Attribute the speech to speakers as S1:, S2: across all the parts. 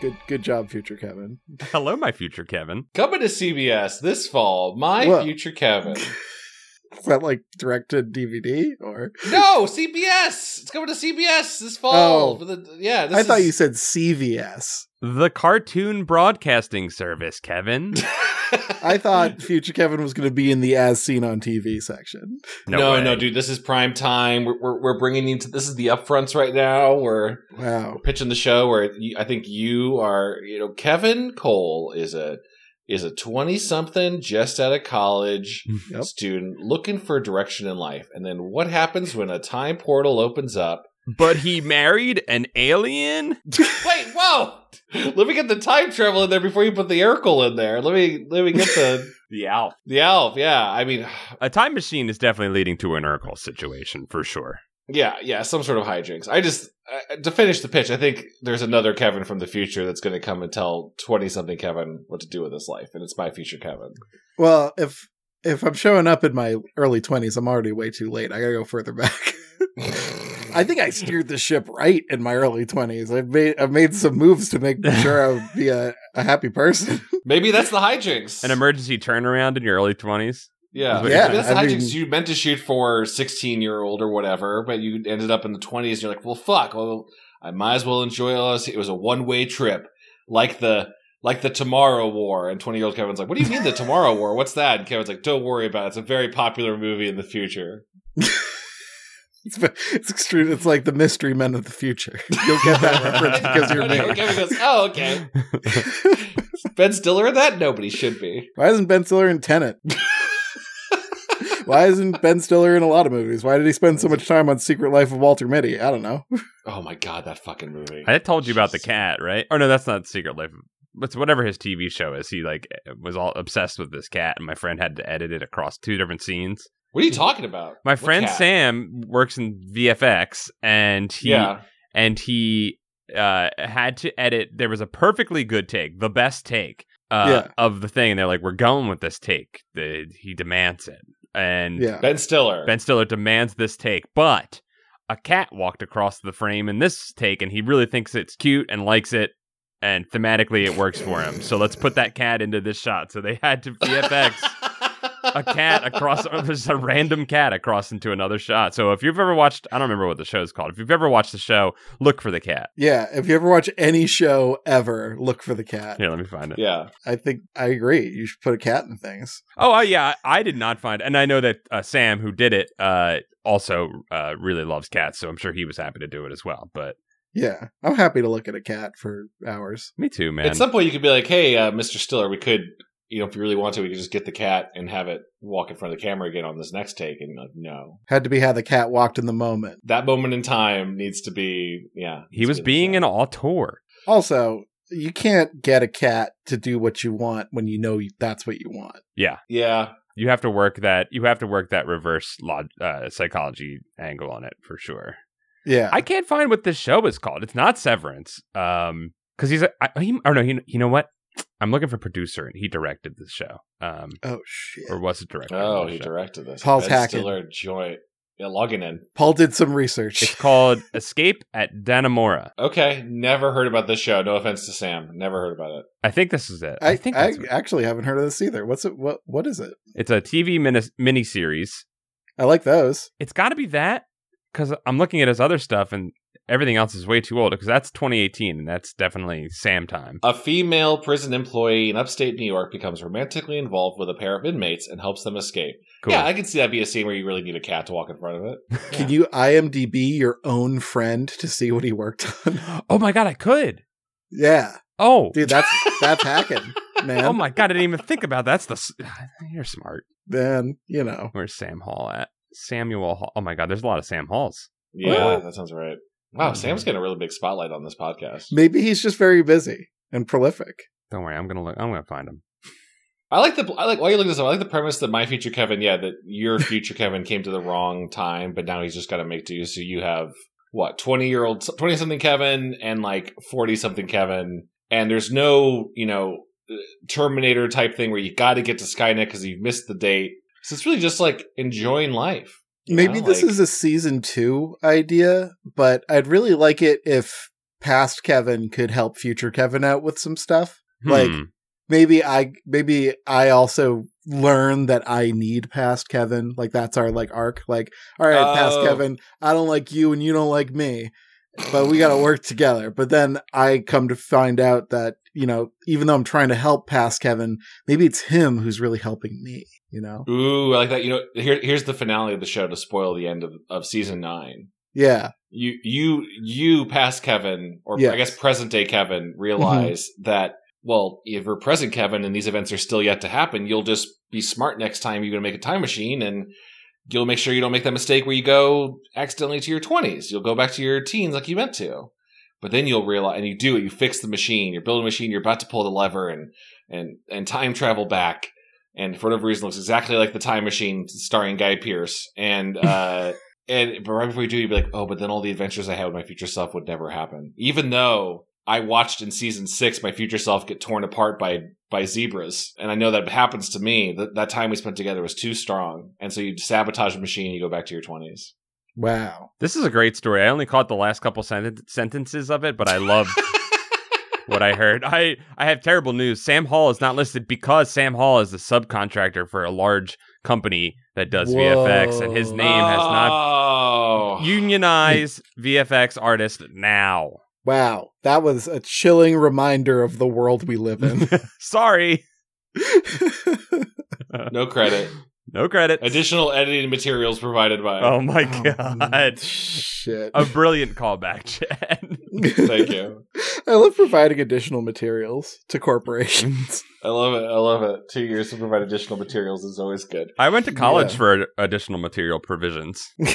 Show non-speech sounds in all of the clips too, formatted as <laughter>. S1: Good good job, future Kevin.
S2: Hello, my future Kevin.
S3: Coming to CBS this fall, My
S1: What? <laughs>
S3: Future Kevin.
S1: Is that like directed DVD or
S3: no, CBS. It's coming to CBS this fall.
S1: Oh.
S3: For the, yeah, this
S1: I thought
S3: is-
S1: you said CVS.
S2: The cartoon broadcasting service,
S3: <laughs>
S2: Kevin.
S1: I thought future Kevin was going to be in the as seen on TV section.
S2: No,
S3: no,
S2: way.
S3: no, dude. This is prime time. We're, we're, we're bringing you to this is the upfronts right now. We're
S1: Wow.
S3: pitching the show where you- I think you are. You know, Kevin Cole is a is a twenty something just out of college
S1: Mm, Yep.
S3: student looking for direction in life. And then what happens when a time portal opens up?
S2: But he married an alien?
S3: Wait, whoa! Let me get the time travel in there before you put the Urkel in there. Let me let me get the
S2: The Alf.
S3: the Alf. Yeah, I mean,
S2: A time machine is definitely leading to an Urkel situation, for sure.
S3: Yeah, yeah, some sort of hijinks. I just uh, to finish the pitch. I think there's another Kevin from the future that's going to come and tell twenty something Kevin what to do with his life, and it's my future Kevin.
S1: Well, if if I'm showing up in my early 20s, I'm already way too late. I got to go further back. <laughs> I think I steered the ship right in my early 20s. I've made I've made some moves to
S3: <laughs>
S1: make sure I would be a, a happy person. <laughs>
S3: Maybe that's the hijinks.
S2: An emergency turnaround in your early 20s?
S3: yeah,
S2: Yeah,
S3: Maybe that's the
S1: I
S3: hijinks
S1: mean-
S3: you meant to shoot for sixteen year old or whatever, but you ended up in the twenties. You're like, well, fuck. Well, I might as well enjoy all this. It was a one way trip, like the. Like the Tomorrow War, and twenty year old Kevin's like, "What do you mean the Tomorrow War? What's that?" And Kevin's like, "Don't worry about it. It's a very popular movie in the future."
S1: It's, it's extreme. It's like the mystery men of the future. <laughs> You'll get
S3: <laughs>
S1: that reference because you're <laughs>
S3: Funny,
S1: me.
S3: Kevin goes, oh, okay.
S1: <laughs>
S3: ben Stiller in that? Nobody should be.
S1: Why isn't Ben Stiller in
S2: <laughs>
S1: Tenet? Why isn't Ben Stiller in a lot of movies? Why did he spend so much time on Secret Life of Walter Mitty? I don't know.
S2: Hmm.
S3: Oh my god, that fucking movie.
S2: I told you about the cat, right? Or no, that's not Secret Life. It's whatever his TV show is. He like was all obsessed with this cat, and my friend had to edit it across two different scenes.
S3: what are you talking about?
S2: My
S3: What
S2: friend
S3: cat?
S2: Sam works in VFX, and he
S3: Yeah.
S2: and he uh, had to edit. There was a perfectly good take, the best take uh,
S1: Yeah.
S2: of the thing. And they're like, "We're going with this take." The, he demands it, and
S1: Yeah.
S3: Ben Stiller.
S2: Ben Stiller demands this take, but a cat walked across the frame in this take, and he really thinks it's cute and likes it, and thematically it works for him. So let's put that cat into this shot. So they had to
S3: <laughs>
S2: VFX a cat across. <laughs> There's a random cat across into another shot. So if you've ever watched, I don't remember what the show's called. If you've ever watched the show, look for the cat.
S1: Yeah, if you ever watch any show ever, look for the cat.
S2: Here, let me find it.
S3: Yeah.
S1: I think I agree. You should put a cat in things.
S2: Oh, uh, yeah, I did not find, and I know that uh, Sam, who did it, uh, also uh, really loves cats, so I'm sure he was happy to do it as well. But
S1: Yeah, I'm happy to look at a cat for hours.
S2: me too, man.
S3: At some point, you could be like, hey, uh, Mr. Stiller, we could, you know, if you really want to, we could just get the cat and have it walk in front of the camera again on this next take. And like, no.
S1: Had to be how the cat walked in the moment.
S3: That moment in time needs to be, yeah.
S2: He was being an auteur.
S1: Also, you can't get a cat to do what you want when you know you- that's what you want.
S3: Yeah.
S2: You have to work that. You have to work that reverse log, uh, psychology angle on it for sure.
S1: Yeah,
S2: I can't find what this show is called. It's not Severance. Um, because he's a, I, he, or no, he, you know what? I'm looking for producer, and he directed this show. Um,
S1: Oh shit!
S2: or was it director?
S3: Oh,
S2: of
S3: he
S2: this show.
S3: directed this.
S1: Paul's
S3: ben
S1: hacking.
S3: Stiller joint. Yeah, logging in.
S1: Paul did some research.
S2: It's called Escape at Danamora.
S3: Okay, never heard about this show. No offense to Sam, never heard about it.
S2: I think this is it.
S1: I,
S2: I,
S1: I,
S2: think that's what-
S1: actually haven't heard of this either. What's it? What What is it?
S2: it's a TV mini series.
S1: I like those.
S2: It's got to be that because I'm looking at his other stuff and everything else is way too old because that's 2018 and that's definitely Sam time.
S3: A female prison employee in upstate New York becomes romantically involved with a pair of inmates and helps them escape.
S2: Cool.
S3: Yeah, I can see that be a scene where you really need a cat to walk in front of it.
S1: Can you IMDb your own friend to see what he worked on? <laughs>
S2: oh my god, I could.
S1: yeah,
S2: Oh,
S1: dude, that's that's hacking, man.
S2: <laughs> oh my god, I didn't even think about that. that's the. s- <sighs> You're smart.
S1: Then you know,
S2: Where's Sam Hall at? Samuel Hall. Oh my god, there's a lot of Sam Halls.
S3: Yeah,
S1: Well-
S3: that sounds right. Wow,
S1: Hmm.
S3: Sam's getting a really big spotlight on this podcast.
S1: maybe he's just very busy and prolific.
S2: Don't worry, I'm gonna look. I'm gonna find him.
S3: I like the I like while you're looking this up, I like the premise that my future Kevin, yeah, that your future Kevin came to the wrong time, but now he's just got to make do. So you have what twenty year old, twenty something Kevin, and like forty something Kevin, and there's no you know Terminator type thing where you got to get to Skynet because you missed the date. So it's really just like enjoying life. you
S1: Maybe
S3: know,
S1: this
S3: like-
S1: is a season two idea, but I'd really like it if past Kevin could help future Kevin out with some stuff. Like
S2: Hmm.
S1: maybe I maybe I also learn that I need past Kevin. Like that's our like arc. Like, all right, past
S3: Oh.
S1: Kevin, I don't like you and you don't like me. But we gotta work together. But then I come to find out that, you know, even though I'm trying to help past Kevin, maybe it's him who's really helping me, you know?
S3: Ooh, I like that. You know, here, here's the finale of the show to spoil the end of, of season nine.
S1: Yeah.
S3: You, you, you, past Kevin, or
S1: Yes.
S3: I guess present day Kevin, realize that well, if you're present Kevin and these events are still yet to happen, you'll just be smart next time. You're going to make a time machine, and you'll make sure you don't make that mistake where you go accidentally to your 20s. You'll go back to your teens like you meant to. But then you'll realize, and you do it. You fix the machine. You're building a machine. You're about to pull the lever, and and and time travel back. And for whatever reason, it looks exactly like the time machine starring Guy Pearce. And uh, and but right before you do, you'd be like, oh, but then all the adventures I had with my future self would never happen, even though I watched in season six my future self get torn apart by by zebras, and I know that happens to me. That that time we spent together was too strong, and so you sabotage the machine. and You go back to your twenties.
S1: Wow.
S2: This is a great story. I only caught the last couple senten- sentences of it, but
S1: <laughs>
S2: I loved what I heard. I, I have terrible news. Sam Hall is not listed because Sam Hall is the subcontractor for a large company that does VFX, and his
S1: Whoa. Ah.
S2: name has not
S3: Oh,
S2: unionize VFX artist now.
S1: Wow. That was a chilling reminder of the world we live in.
S2: Sorry,
S3: no credit.
S2: no credit.
S3: Additional editing materials provided by.
S2: Oh <laughs> my
S1: <laughs> Oh,
S2: god,
S1: Shit.
S2: a brilliant callback, <laughs> Chad.
S3: Thank you.
S1: I love providing additional materials to corporations.
S3: I love it. I love it. Two years to provide additional materials is always good.
S2: I went to college
S1: Yeah.
S2: for additional material provisions.
S3: Do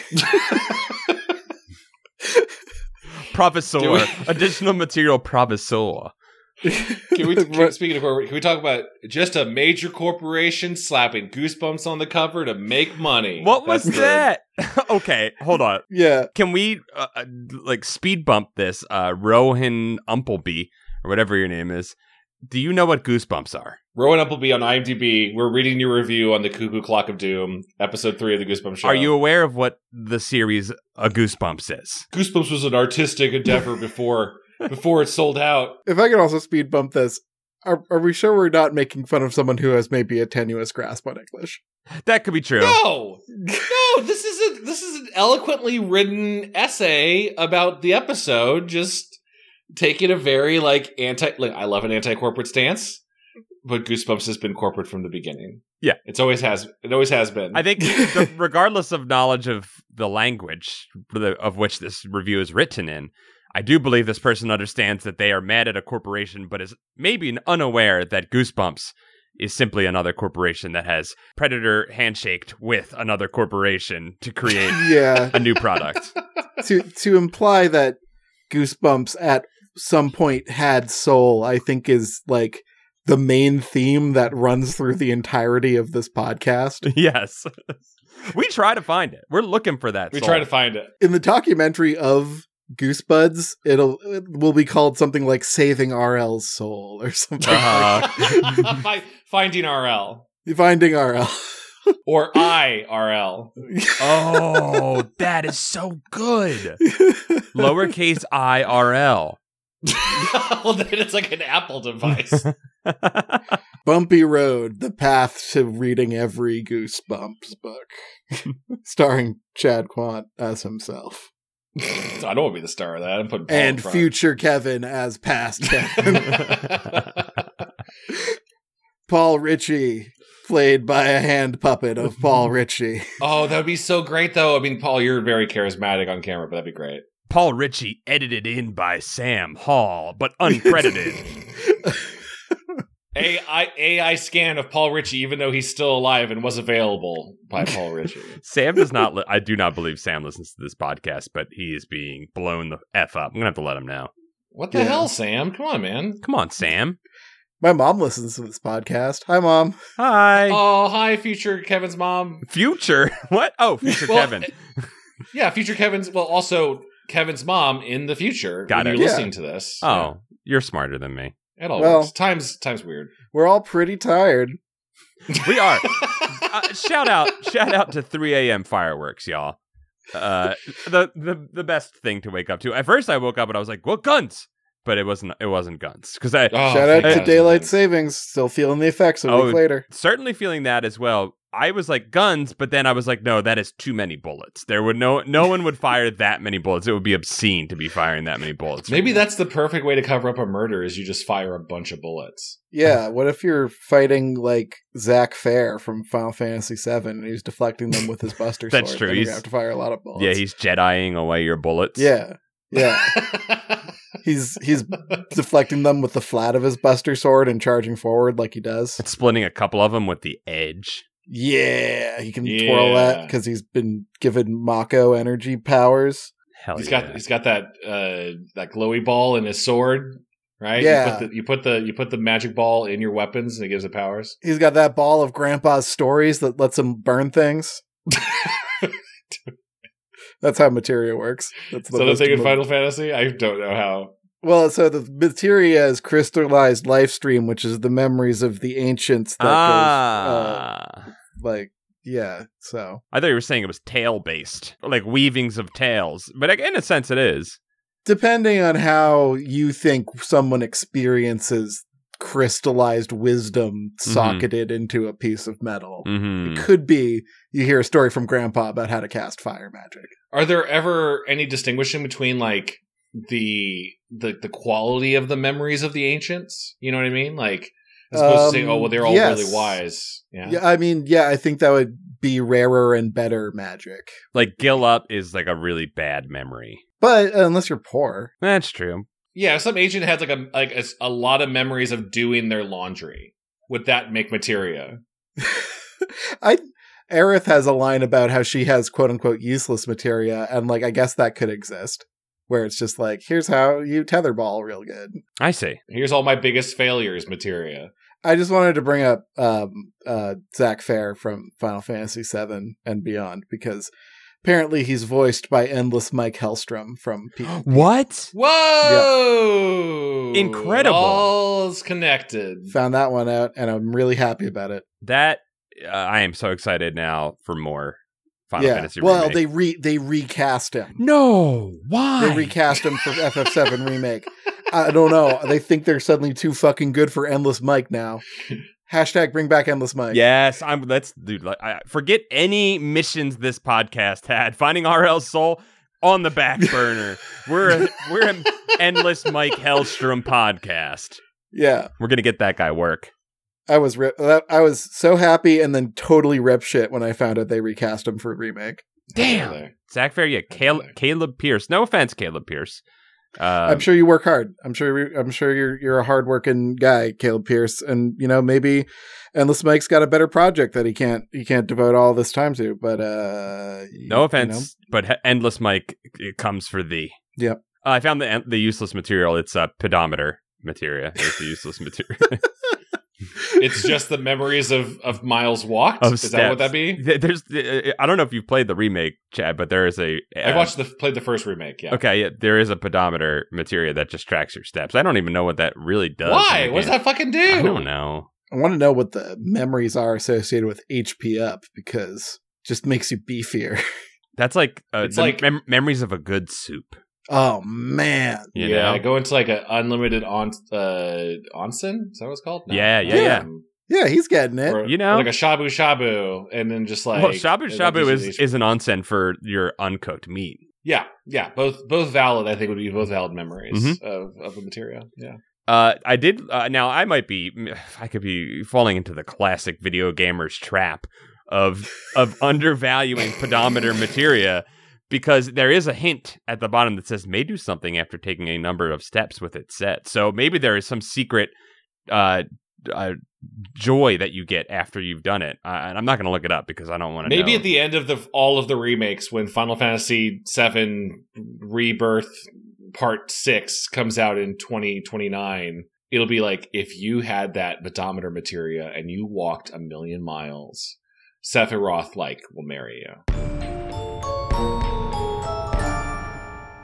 S2: Professor,
S3: we-
S2: <laughs> additional material professor.
S3: Can we can, speaking of corporate? Can we talk about just a major corporation slapping goosebumps on the cover to make money?
S2: What was
S3: That's
S2: that? <laughs> okay, hold on.
S1: yeah.
S2: Can we uh, uh, like speed bump this? Uh, Rohan Umpleby or whatever your name is. Do you know what goosebumps are?
S3: good. Rowan Appleby on IMDb. We're reading your review on the Cuckoo Clock of Doom, episode three of the Goosebumps show.
S2: Are you aware of what the series uh, Goosebumps is?
S3: Goosebumps was an artistic endeavor before <laughs> before it sold out.
S1: If I could also speed bump this, are, are we sure we're not making fun of someone who has maybe a tenuous grasp on English?
S2: That could be true.
S3: No, no, this is a this is an eloquently written essay about the episode. Just taking a very like anti. Like I love an anti corporate stance, but Goosebumps has been corporate from the beginning.
S2: Yeah.
S3: it's always has. It always has been.
S2: I think, <laughs> the, regardless of knowledge of the language the- of which this review is written in, I do believe this person understands that they are mad at a corporation, but is maybe unaware that Goosebumps is simply another corporation that has predator handshaked with another corporation to create
S1: Yeah. <laughs>
S2: a new <laughs> product.
S1: to to imply that Goosebumps at some point had soul, I think is like the main theme that runs through the entirety of this podcast.
S2: yes. We try to find it. We're looking for that.
S3: we
S2: soul.
S3: try to find it.
S1: in the documentary of Goosebuds, it'll it will be called something like "Saving RL's Soul" or
S3: <laughs>
S1: something.
S2: Uh-huh.
S3: Fi- Finding RL
S1: Finding RL.
S3: or I RL.
S2: Oh, that is so good. Lowercase I R L.
S3: <laughs> well, then it's like an Apple device.
S2: <laughs>
S1: Bumpy Road: The Path to Reading Every Goosebumps Book, <laughs> starring Chad Quant as himself
S3: I don't want to be the star of that. I'm putting Paul in
S1: and
S3: front.
S1: future Kevin as
S2: <laughs>
S1: past Kevin.
S3: <laughs>
S1: Paul Ritchie, played by a hand puppet of
S2: <laughs>
S1: Paul Ritchie.
S3: Oh, that would be so great, though. I mean, Paul, you're very charismatic on camera, but that'd be great.
S2: Paul Ritchie, edited in by Sam Hall, but uncredited.
S3: AI, AI scan of Paul Ritchie, even though he's still alive and was available by <laughs> Paul Ritchie.
S2: Sam does not. Li- I do not believe Sam listens to this podcast, but he is being blown the f up. I'm gonna have to let him know.
S3: What the
S1: Yeah.
S3: hell, Sam? Come on, man.
S2: Come on, Sam.
S1: My mom listens to this podcast. Hi, mom.
S2: Hi.
S3: Oh, hi, future Kevin's mom.
S2: Future. <laughs> What? Oh, future
S3: Well,
S2: Kevin.
S3: Yeah, future Kevin's. Well, also Kevin's mom in the future.
S2: Got
S3: when
S2: it.
S3: You're
S1: Yeah.
S3: listening to this.
S2: Oh, you're smarter than me.
S3: Yeah, it all
S1: Well-
S3: works. Times times weird.
S1: We're all pretty tired.
S2: <laughs> We are. Uh, shout out! Shout out to 3 a.m. fireworks, y'all. uh, the the the best thing to wake up to. At first, I woke up and I was like, "Well, guns," but it wasn't. It wasn't guns because
S3: Oh,
S2: I
S1: Shout out
S3: thank
S1: to
S3: God.
S1: daylight savings. Still feeling the effects a week
S2: Oh,
S1: later.
S2: certainly feeling that as well. I was like guns, but then I was like, no, that is too many bullets. There would no no one would fire that many bullets. It would be obscene to be firing that many bullets.
S3: Maybe that's the perfect way to cover up a murder is you just fire a bunch of bullets.
S1: Yeah,
S2: <laughs>
S1: what if you're fighting like Zach Fair from Final Fantasy VII and he's deflecting them with his Buster
S2: <laughs> That's
S1: sword?
S2: true,
S1: Then You're
S2: he's-
S1: gonna have to fire a lot of bullets.
S2: yeah, he's Jediing away your bullets.
S1: yeah,
S3: <laughs>
S1: yeah. He's he's deflecting them with the flat of his Buster sword and charging forward like he does.
S2: And splitting a couple of them with the edge.
S1: Yeah, he can twirl that
S3: Yeah.
S1: because he's been given Mako energy powers.
S2: Hell
S3: he's
S2: yeah.
S3: got he's got that uh, that glowy ball in his sword, right?
S1: Yeah.
S3: You put, the, you put the you put the magic ball in your weapons and it gives it powers.
S1: He's got that ball of Grandpa's stories that lets him burn
S3: <laughs>
S1: things. That's how materia works. That's
S3: Is that a
S1: most
S3: thing in
S1: emo-
S3: Final Fantasy? I don't know how.
S1: Well, so the materia is crystallized life stream, which is the memories of the ancients. That
S2: ah.
S1: goes, like yeah. So
S2: I thought you were saying it was tail based, like weavings of tails. But like, in a sense, it is.
S1: depending on how you think someone experiences crystallized wisdom socketed into a piece of metal,
S2: Mm-hmm.
S1: could be you hear a story from Grandpa about how to cast fire magic.
S3: Are there ever any distinguishing between like the the the quality of the memories of the ancients? You know what I mean? Like as opposed to saying,
S1: Um,
S3: "Oh, well, they're all
S1: yes.
S3: really wise." Yeah.
S1: Yeah, I mean, yeah, I think that would be rarer and better magic.
S2: Like gill up is like a really bad memory.
S1: But uh, unless you're poor, <laughs>
S2: That's true.
S3: Yeah, if some agent has like a like a, s- a lot of memories of doing their laundry. Would that make materia?
S1: I Aerith has a line about how she has quote unquote useless materia, and like I guess that could exist, where it's just like here's how you tetherball real good.
S2: I
S3: <gasps>
S2: see.
S3: Here's all my biggest failures, materia.
S1: I just wanted to bring up um, uh, Zach Fair from Final Fantasy VII and beyond because apparently he's voiced by endless Mike Hellstrom from
S2: <gasps>
S1: P-
S2: What?
S3: Whoa!
S2: Incredible.
S3: All's connected.
S1: found that one out, and I'm really happy about it.
S2: That uh, I am so excited now for more Final
S1: yeah,
S2: Fantasy.
S1: well
S2: remake.
S1: they re they recast him.
S2: no. Why?
S1: They recast him
S2: <laughs>
S1: for FF7 remake. I don't know. They think they're suddenly too fucking good for Endless Mike now. Hashtag bring back Endless Mike.
S2: Yes, I'm. Let's, dude. Like, I, forget any missions this podcast had. <laughs> Finding RL Soul on
S1: <laughs>
S2: the back burner. we're we're an endless Mike Hellstrom podcast.
S1: Yeah.
S2: We're gonna get that guy work.
S1: I was rip- that- I was so happy and then totally rip shit when I found out they recast him for remake.
S2: Damn. Zach Fair, yeah, Caleb, Caleb Pierce. No offense, Caleb Pierce. Uh,
S1: I'm sure you work hard. I'm sure you- I'm sure you're you're a hardworking guy, Caleb Pierce, and you know maybe Endless Mike's got a better project that he can't he can't devote all this time to. But uh,
S2: no offense, but he- endless Mike it comes for thee.
S1: Yep.
S2: Uh, I found the en- the useless material. It's uh, pedometer materia. It's the useless material. <laughs>
S3: It's just the memories of of miles walked.
S2: Of
S3: Is that
S2: steps.
S3: what that be?
S2: Th- There's, uh, I don't know if you've played the remake, Chad, but there is a.
S3: I
S2: uh,
S3: watched the played the first remake. Yeah.
S2: Okay, yeah, there is a pedometer materia that just tracks your steps. I don't even know what that really does. in
S3: Why?
S2: the
S3: What does
S2: game.
S3: that fucking do?
S2: I don't know.
S1: I want to know what the memories are associated with HP up because it just makes you beefier. <laughs>
S2: That's like uh,
S3: It's
S2: the
S3: like-
S2: mem- memories of a good soup.
S1: Oh man.
S2: You
S3: yeah,
S2: know?
S3: I go into like an unlimited on uh onsen. Is that what it's called?
S2: Yeah, yeah,
S1: Yeah.
S3: Um,
S1: Yeah, he's getting it.
S3: or-
S2: You know?
S3: or like a shabu shabu, and then just like
S2: well, shabu
S3: and
S2: shabu
S3: then
S2: is,
S3: just-
S2: is an onsen for your uncooked meat.
S3: yeah, yeah. Both both valid. I think would be both valid memories
S2: Mhm.
S3: of of the material. Yeah,
S2: Uh, I did. Uh, now I might be. <sighs> I could be falling into the classic video gamers trap of
S3: <laughs>
S2: of undervaluing pedometer materia because there is a hint at the bottom that says may do something after taking a number of steps with it set. So maybe there is some secret uh, uh joy that you get after you've done it. Uh, and I'm not going to look it up because I don't want to.
S3: maybe
S2: know.
S3: at the end of the all of the remakes when Final Fantasy VII Rebirth Part Six comes out in twenty twenty nine. It'll be like if you had that pedometer materia and you walked a million miles, Sephiroth like will marry you.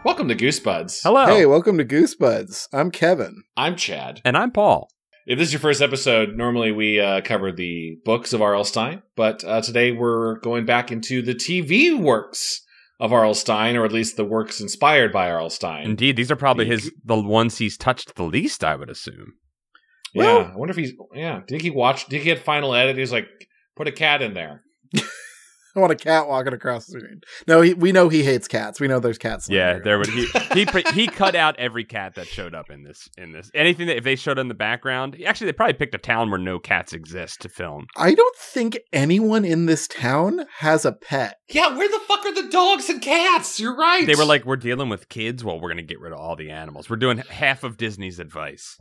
S3: Welcome to Goosebuds.
S2: hello,
S1: Hey, welcome to Goosebuds. I'm Kevin.
S3: I'm Chad.
S2: and I'm Paul.
S3: If this is your first episode, normally we uh, cover the books of R.L. Stein, but uh, today we're going back into the TV works of Arl Stein, or at least the works inspired by Arl Stein.
S2: Indeed, these are probably his the ones he's touched the least. I would assume.
S3: Yeah, I wonder if he's. Yeah, did he watch? Did he get final edit? He's like, put a cat in there.
S1: I want a cat walking across the screen. No, he, we know he hates cats. We know there's cats. in
S2: Yeah,
S1: room.
S2: there would he he pre- <laughs> he cut out every cat that showed up in this in this anything that if they showed in the background. Actually, they probably picked a town where no cats exist to film.
S1: I don't think anyone in this town has a pet.
S3: Yeah, where the fuck are the dogs and cats? You're right.
S2: They were
S3: <laughs>
S2: like, "We're dealing with kids. Well, we're gonna get rid of all the animals. We're doing half of Disney's advice.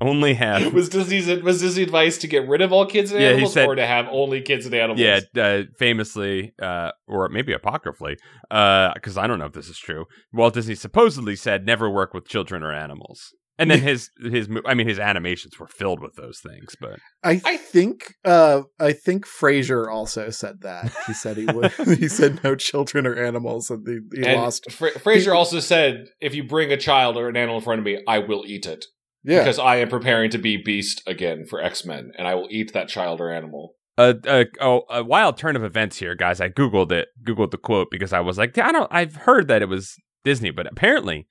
S2: Only half."
S3: was Disney's was Disney advice to get rid of all kids and
S2: Yeah, he
S3: animals,
S2: said-
S3: or to have only kids and animals?
S2: Yeah, uh, famously, uh, or maybe apocryphally, because I don't know if this is true. Walt Disney supposedly said, "Never work with children or animals." And then his his mo- I mean his animations were filled with those things, but
S1: I,
S3: I-
S1: think uh I think Frasier also said that. He said he
S3: <laughs>
S1: would he said no children or animals and he, he
S3: and
S1: lost
S3: Fra- Fraser also said, "If you bring a child or an animal in front of me, I will eat it
S1: Yeah.
S3: because I am preparing to be Beast again for X Men, and I will eat that child or animal."
S2: a, a, oh, a wild turn of events here, guys. I googled it, googled the quote because I was like, I don't. I've heard that it was Disney, but apparently,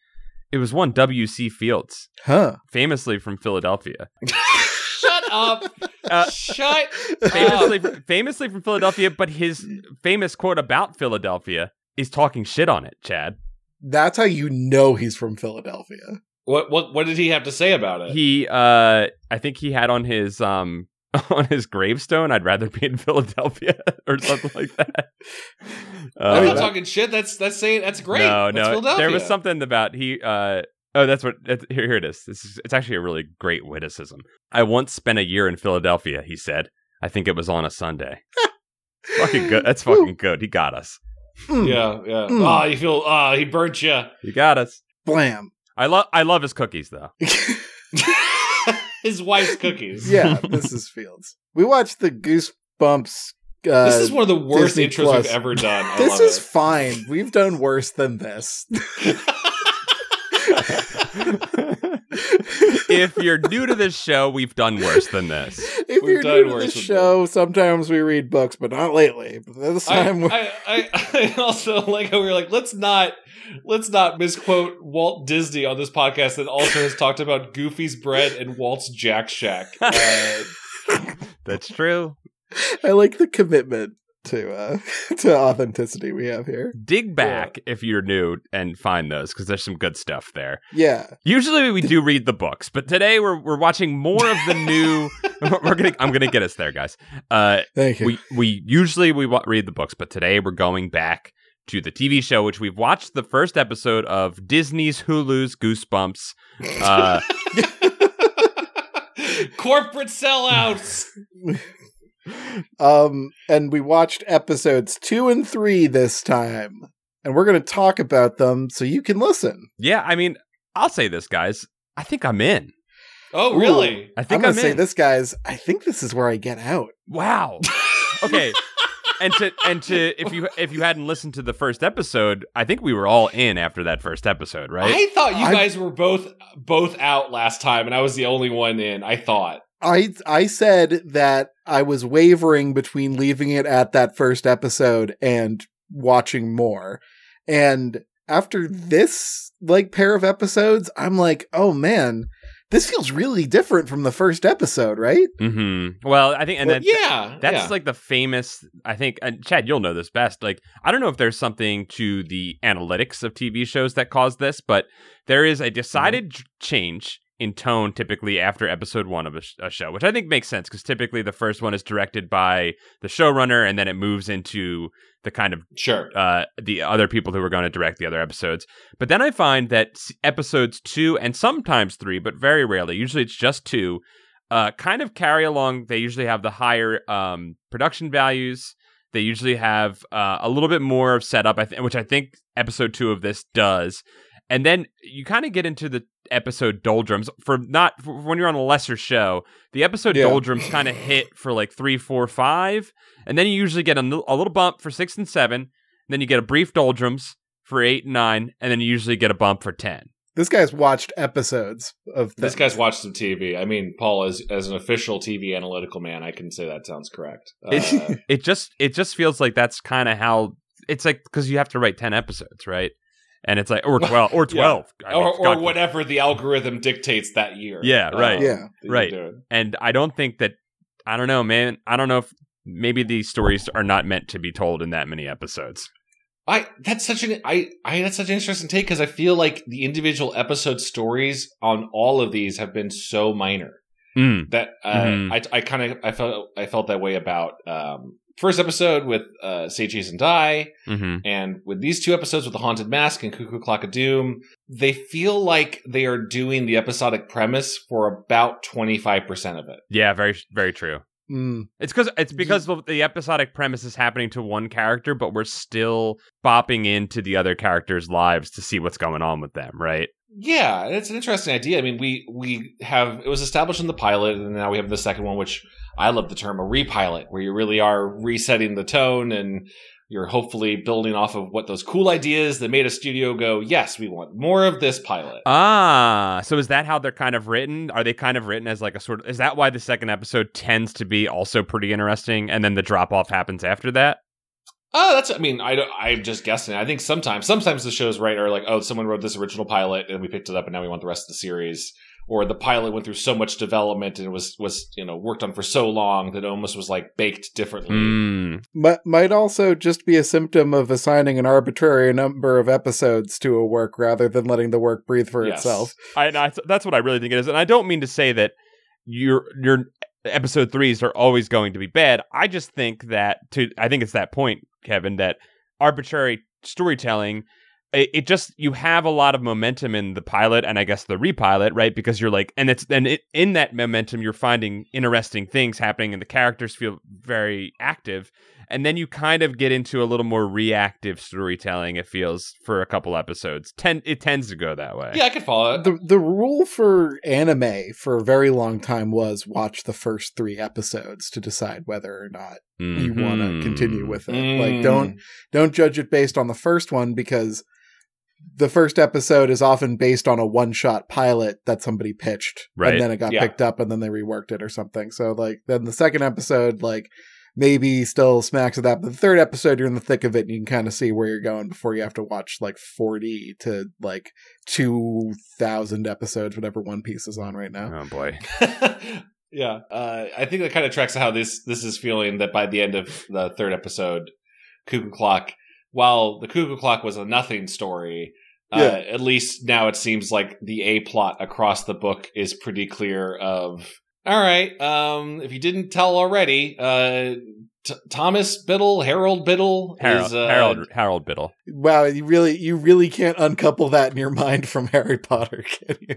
S2: it was one W. C. Fields,
S1: Huh.
S2: famously from Philadelphia,
S3: Shut <laughs> up!
S2: Uh,
S3: Shut up!
S2: famously, famously from Philadelphia. But his famous quote about Philadelphia is talking shit on it, Chad.
S1: <laughs> That's how you know he's from Philadelphia.
S3: What what what did he have to say about it?
S2: He, uh, I think he had on his um. <laughs> On his gravestone, I'd rather be in Philadelphia <laughs> or something like that.
S3: I'm
S1: mean,
S2: Uh,
S3: not talking shit. That's that's saying that's great.
S2: No,
S3: That's
S2: no.
S3: Philadelphia.
S2: There was something about he. uh Oh, that's what. That's, here, here it is. This is. It's actually a really great witticism. I once spent a year in Philadelphia. He said. I think it was on a Sunday. fucking
S1: <laughs>
S2: good. That's fucking good. He got us.
S1: Mm,
S3: Yeah, yeah.
S1: Mm.
S3: Ah, you feel ah, he burnt you.
S2: He got us.
S1: Blam. <laughs>
S2: I love. I love his cookies though.
S3: <laughs> His wife's cookies.
S1: yeah, this is Fields. We watched the Goosebumps uh
S3: This is one of the worst
S1: Disney
S3: intros
S1: Plus.
S3: we've ever done. I
S1: this
S3: love
S1: is
S3: it.
S1: fine. We've done worse than
S3: <laughs>
S1: this. <laughs>
S2: if you're new to this show, we've done worse than this.
S1: <laughs> if
S3: We've
S1: you're
S3: done
S1: new to
S3: worse
S1: the
S3: than
S1: show, sometimes we read books, but not lately. But this
S3: I,
S1: time,
S3: I, I, I also like how we were like, let's not let's not misquote Walt Disney on this podcast that also has talked about Goofy's bread and Walt's Jack
S2: <laughs>
S3: Shack. Uh,
S2: That's true.
S1: <laughs> I like the commitment to uh, <laughs> to authenticity we have here.
S2: Dig back if you're new and find those because there's some good stuff there.
S1: Yeah,
S2: Usually we do read the books, but today we're we're watching more of the
S3: <laughs>
S2: new. <laughs> we're gonna I'm gonna get us there, guys. Uh,
S1: thank you.
S2: we we usually we wa- read the books, but today we're going back to the TV show, which we've watched the first episode of Disney's Hulu's Goosebumps.
S1: <laughs>
S2: Uh,
S3: corporate sellouts.
S1: um, and we watched episodes two and three this time, and we're going to talk about them so you can listen.
S2: yeah, I mean, I'll say this, guys. I think I'm in.
S3: Oh, really?
S2: I think
S1: I'm
S2: I'm,
S1: gonna say
S2: in.
S1: this, guys. I think this is where I get out. <laughs>
S2: Wow. Okay. And to and to if you if you hadn't listened to the first episode, I think we were all in after that first episode, right?
S3: I thought you
S1: I-
S3: guys were both both out last time, and I was the only one in. I thought.
S1: I I said that I was wavering between leaving it at that first episode and watching more. And after
S3: Mm-hmm.
S1: this like pair of episodes, I'm like, "Oh man, this feels really different from the first episode, right?"
S2: Mm-hmm. Well, I think, and
S1: Well,
S2: that,
S3: yeah,
S2: that's
S3: yeah.
S2: like the famous. I think, and Chad, you'll know this best. Like, I don't know if there's something to the analytics of TV shows that cause this, but there is
S3: Mm-hmm.
S2: a decided ch- change in tone typically after episode one of a, sh- a show, which I think makes sense because typically the first one is directed by the showrunner, and then it moves into the kind of
S3: sure.
S2: uh, the other people who were going to direct the other episodes. But then I find that s- episodes two and sometimes three, but very rarely, usually it's just two, uh, kind of carry along. They usually have the higher um, production values. They usually have uh, a little bit more of setup, I th- which I think episode two of this does. And then you kind of get into the episode doldrums for not for when you're on a lesser show. The episode
S1: Yeah.
S2: doldrums kind
S3: <laughs>
S2: of hit for like three, four, five, and then you usually get a n- a little bump for six and seven, then you get a brief doldrums for eight and nine, and then you usually get a bump for ten.
S1: This guy's watched episodes of
S3: This
S1: things.
S3: guy's watched some TV. I mean, Paul, as as an official TV analytical man, I can say that sounds
S2: <laughs>
S3: correct. Uh,
S2: it just it just feels like that's kind of how it's like because you have to write 10 episodes right and it's like
S3: <laughs>
S2: or 12 or 12 I mean,
S3: or or
S2: God-
S3: whatever the algorithm dictates that year.
S2: Yeah, right.
S3: Um,
S1: Yeah.
S3: that you're
S2: Right.
S3: doing.
S2: and i don't think that i don't know man i don't know if maybe these stories are not meant to be told in that many episodes
S3: I that's such an I I that's such an interesting take because I feel like the individual episode stories on all of these have been so minor.
S2: mm,
S3: that uh,
S2: Mhm.
S3: I, I kind of I felt I felt that way about um, first episode with uh, Say Cheese and Die,
S2: hmm
S3: and with these two episodes with the Haunted Mask and Cuckoo Clock of Doom. They feel like they are doing the episodic premise for about twenty five percent of it.
S2: yeah very very true
S1: Mm.
S2: it's because it's because the, the episodic premise is happening to one character but we're still bopping into the other characters lives to see what's going on with them right
S3: Yeah, and it's an interesting idea. I mean, we we have it was established in the pilot, and now we have the second one, which I love the term a repilot, where you really are resetting the tone and you're hopefully building off of what those cool ideas that made a studio go, yes, we want more of this pilot.
S2: Ah, so is that how they're kind of written? Are they kind of written as like a sort of is that why the second episode tends to be also pretty interesting and then the drop off happens after that?
S3: Oh, that's. I mean, I don't, I'm just guessing. I think sometimes, sometimes the shows right are like, oh, someone wrote this original pilot and we picked it up, and now we want the rest of the series. Or the pilot went through so much development and was was you know worked on for so long that it almost was like baked differently.
S2: Mm.
S1: But might also just be a symptom of assigning an arbitrary number of episodes to a work rather than letting the work breathe for
S3: Yes.
S1: itself.
S2: I, and I that's what I really think it is. And I don't mean to say that your your episode 3s are always going to be bad. I just think that to I think it's that point, Kevin, that arbitrary storytelling it, it just you have a lot of momentum in the pilot and I guess the repilot, right? Because you're like, and it's and it, in that momentum you're finding interesting things happening, and the characters feel very active, and then you kind of get into a little more reactive storytelling. It feels for a couple episodes. Ten, it tends to go that way.
S3: Yeah, I could follow it.
S1: The the rule for anime for a very long time was watch the first 3 episodes to decide whether or not you want to
S2: Mhm.
S1: continue with it.
S3: Mm.
S1: Like don't don't judge it based on the first one because the first episode is often based on a one-shot pilot that somebody pitched
S2: Right.
S1: and then it got
S3: Yeah.
S1: picked up and then they reworked it or something. So like then the second episode like maybe still smacks of that but the third episode you're in the thick of it and you can kind of see where you're going before you have to watch like 40 to like 2000 episodes whatever one piece is on right now
S2: Oh boy.
S3: <laughs> yeah, uh, I think that kind of tracks how this this is feeling. That by the end of the third episode, Cuckoo Clock, while the Cuckoo Clock was a nothing story, uh, at least now it seems like the a plot across the book is pretty clear. Of all right, um, if you didn't tell already, uh, T- Thomas Biddle, Harold Biddle
S2: Harold,
S3: is uh,
S2: Harold Harold Biddle.
S1: wow you really you really can't uncouple that in your mind from harry potter <laughs> can you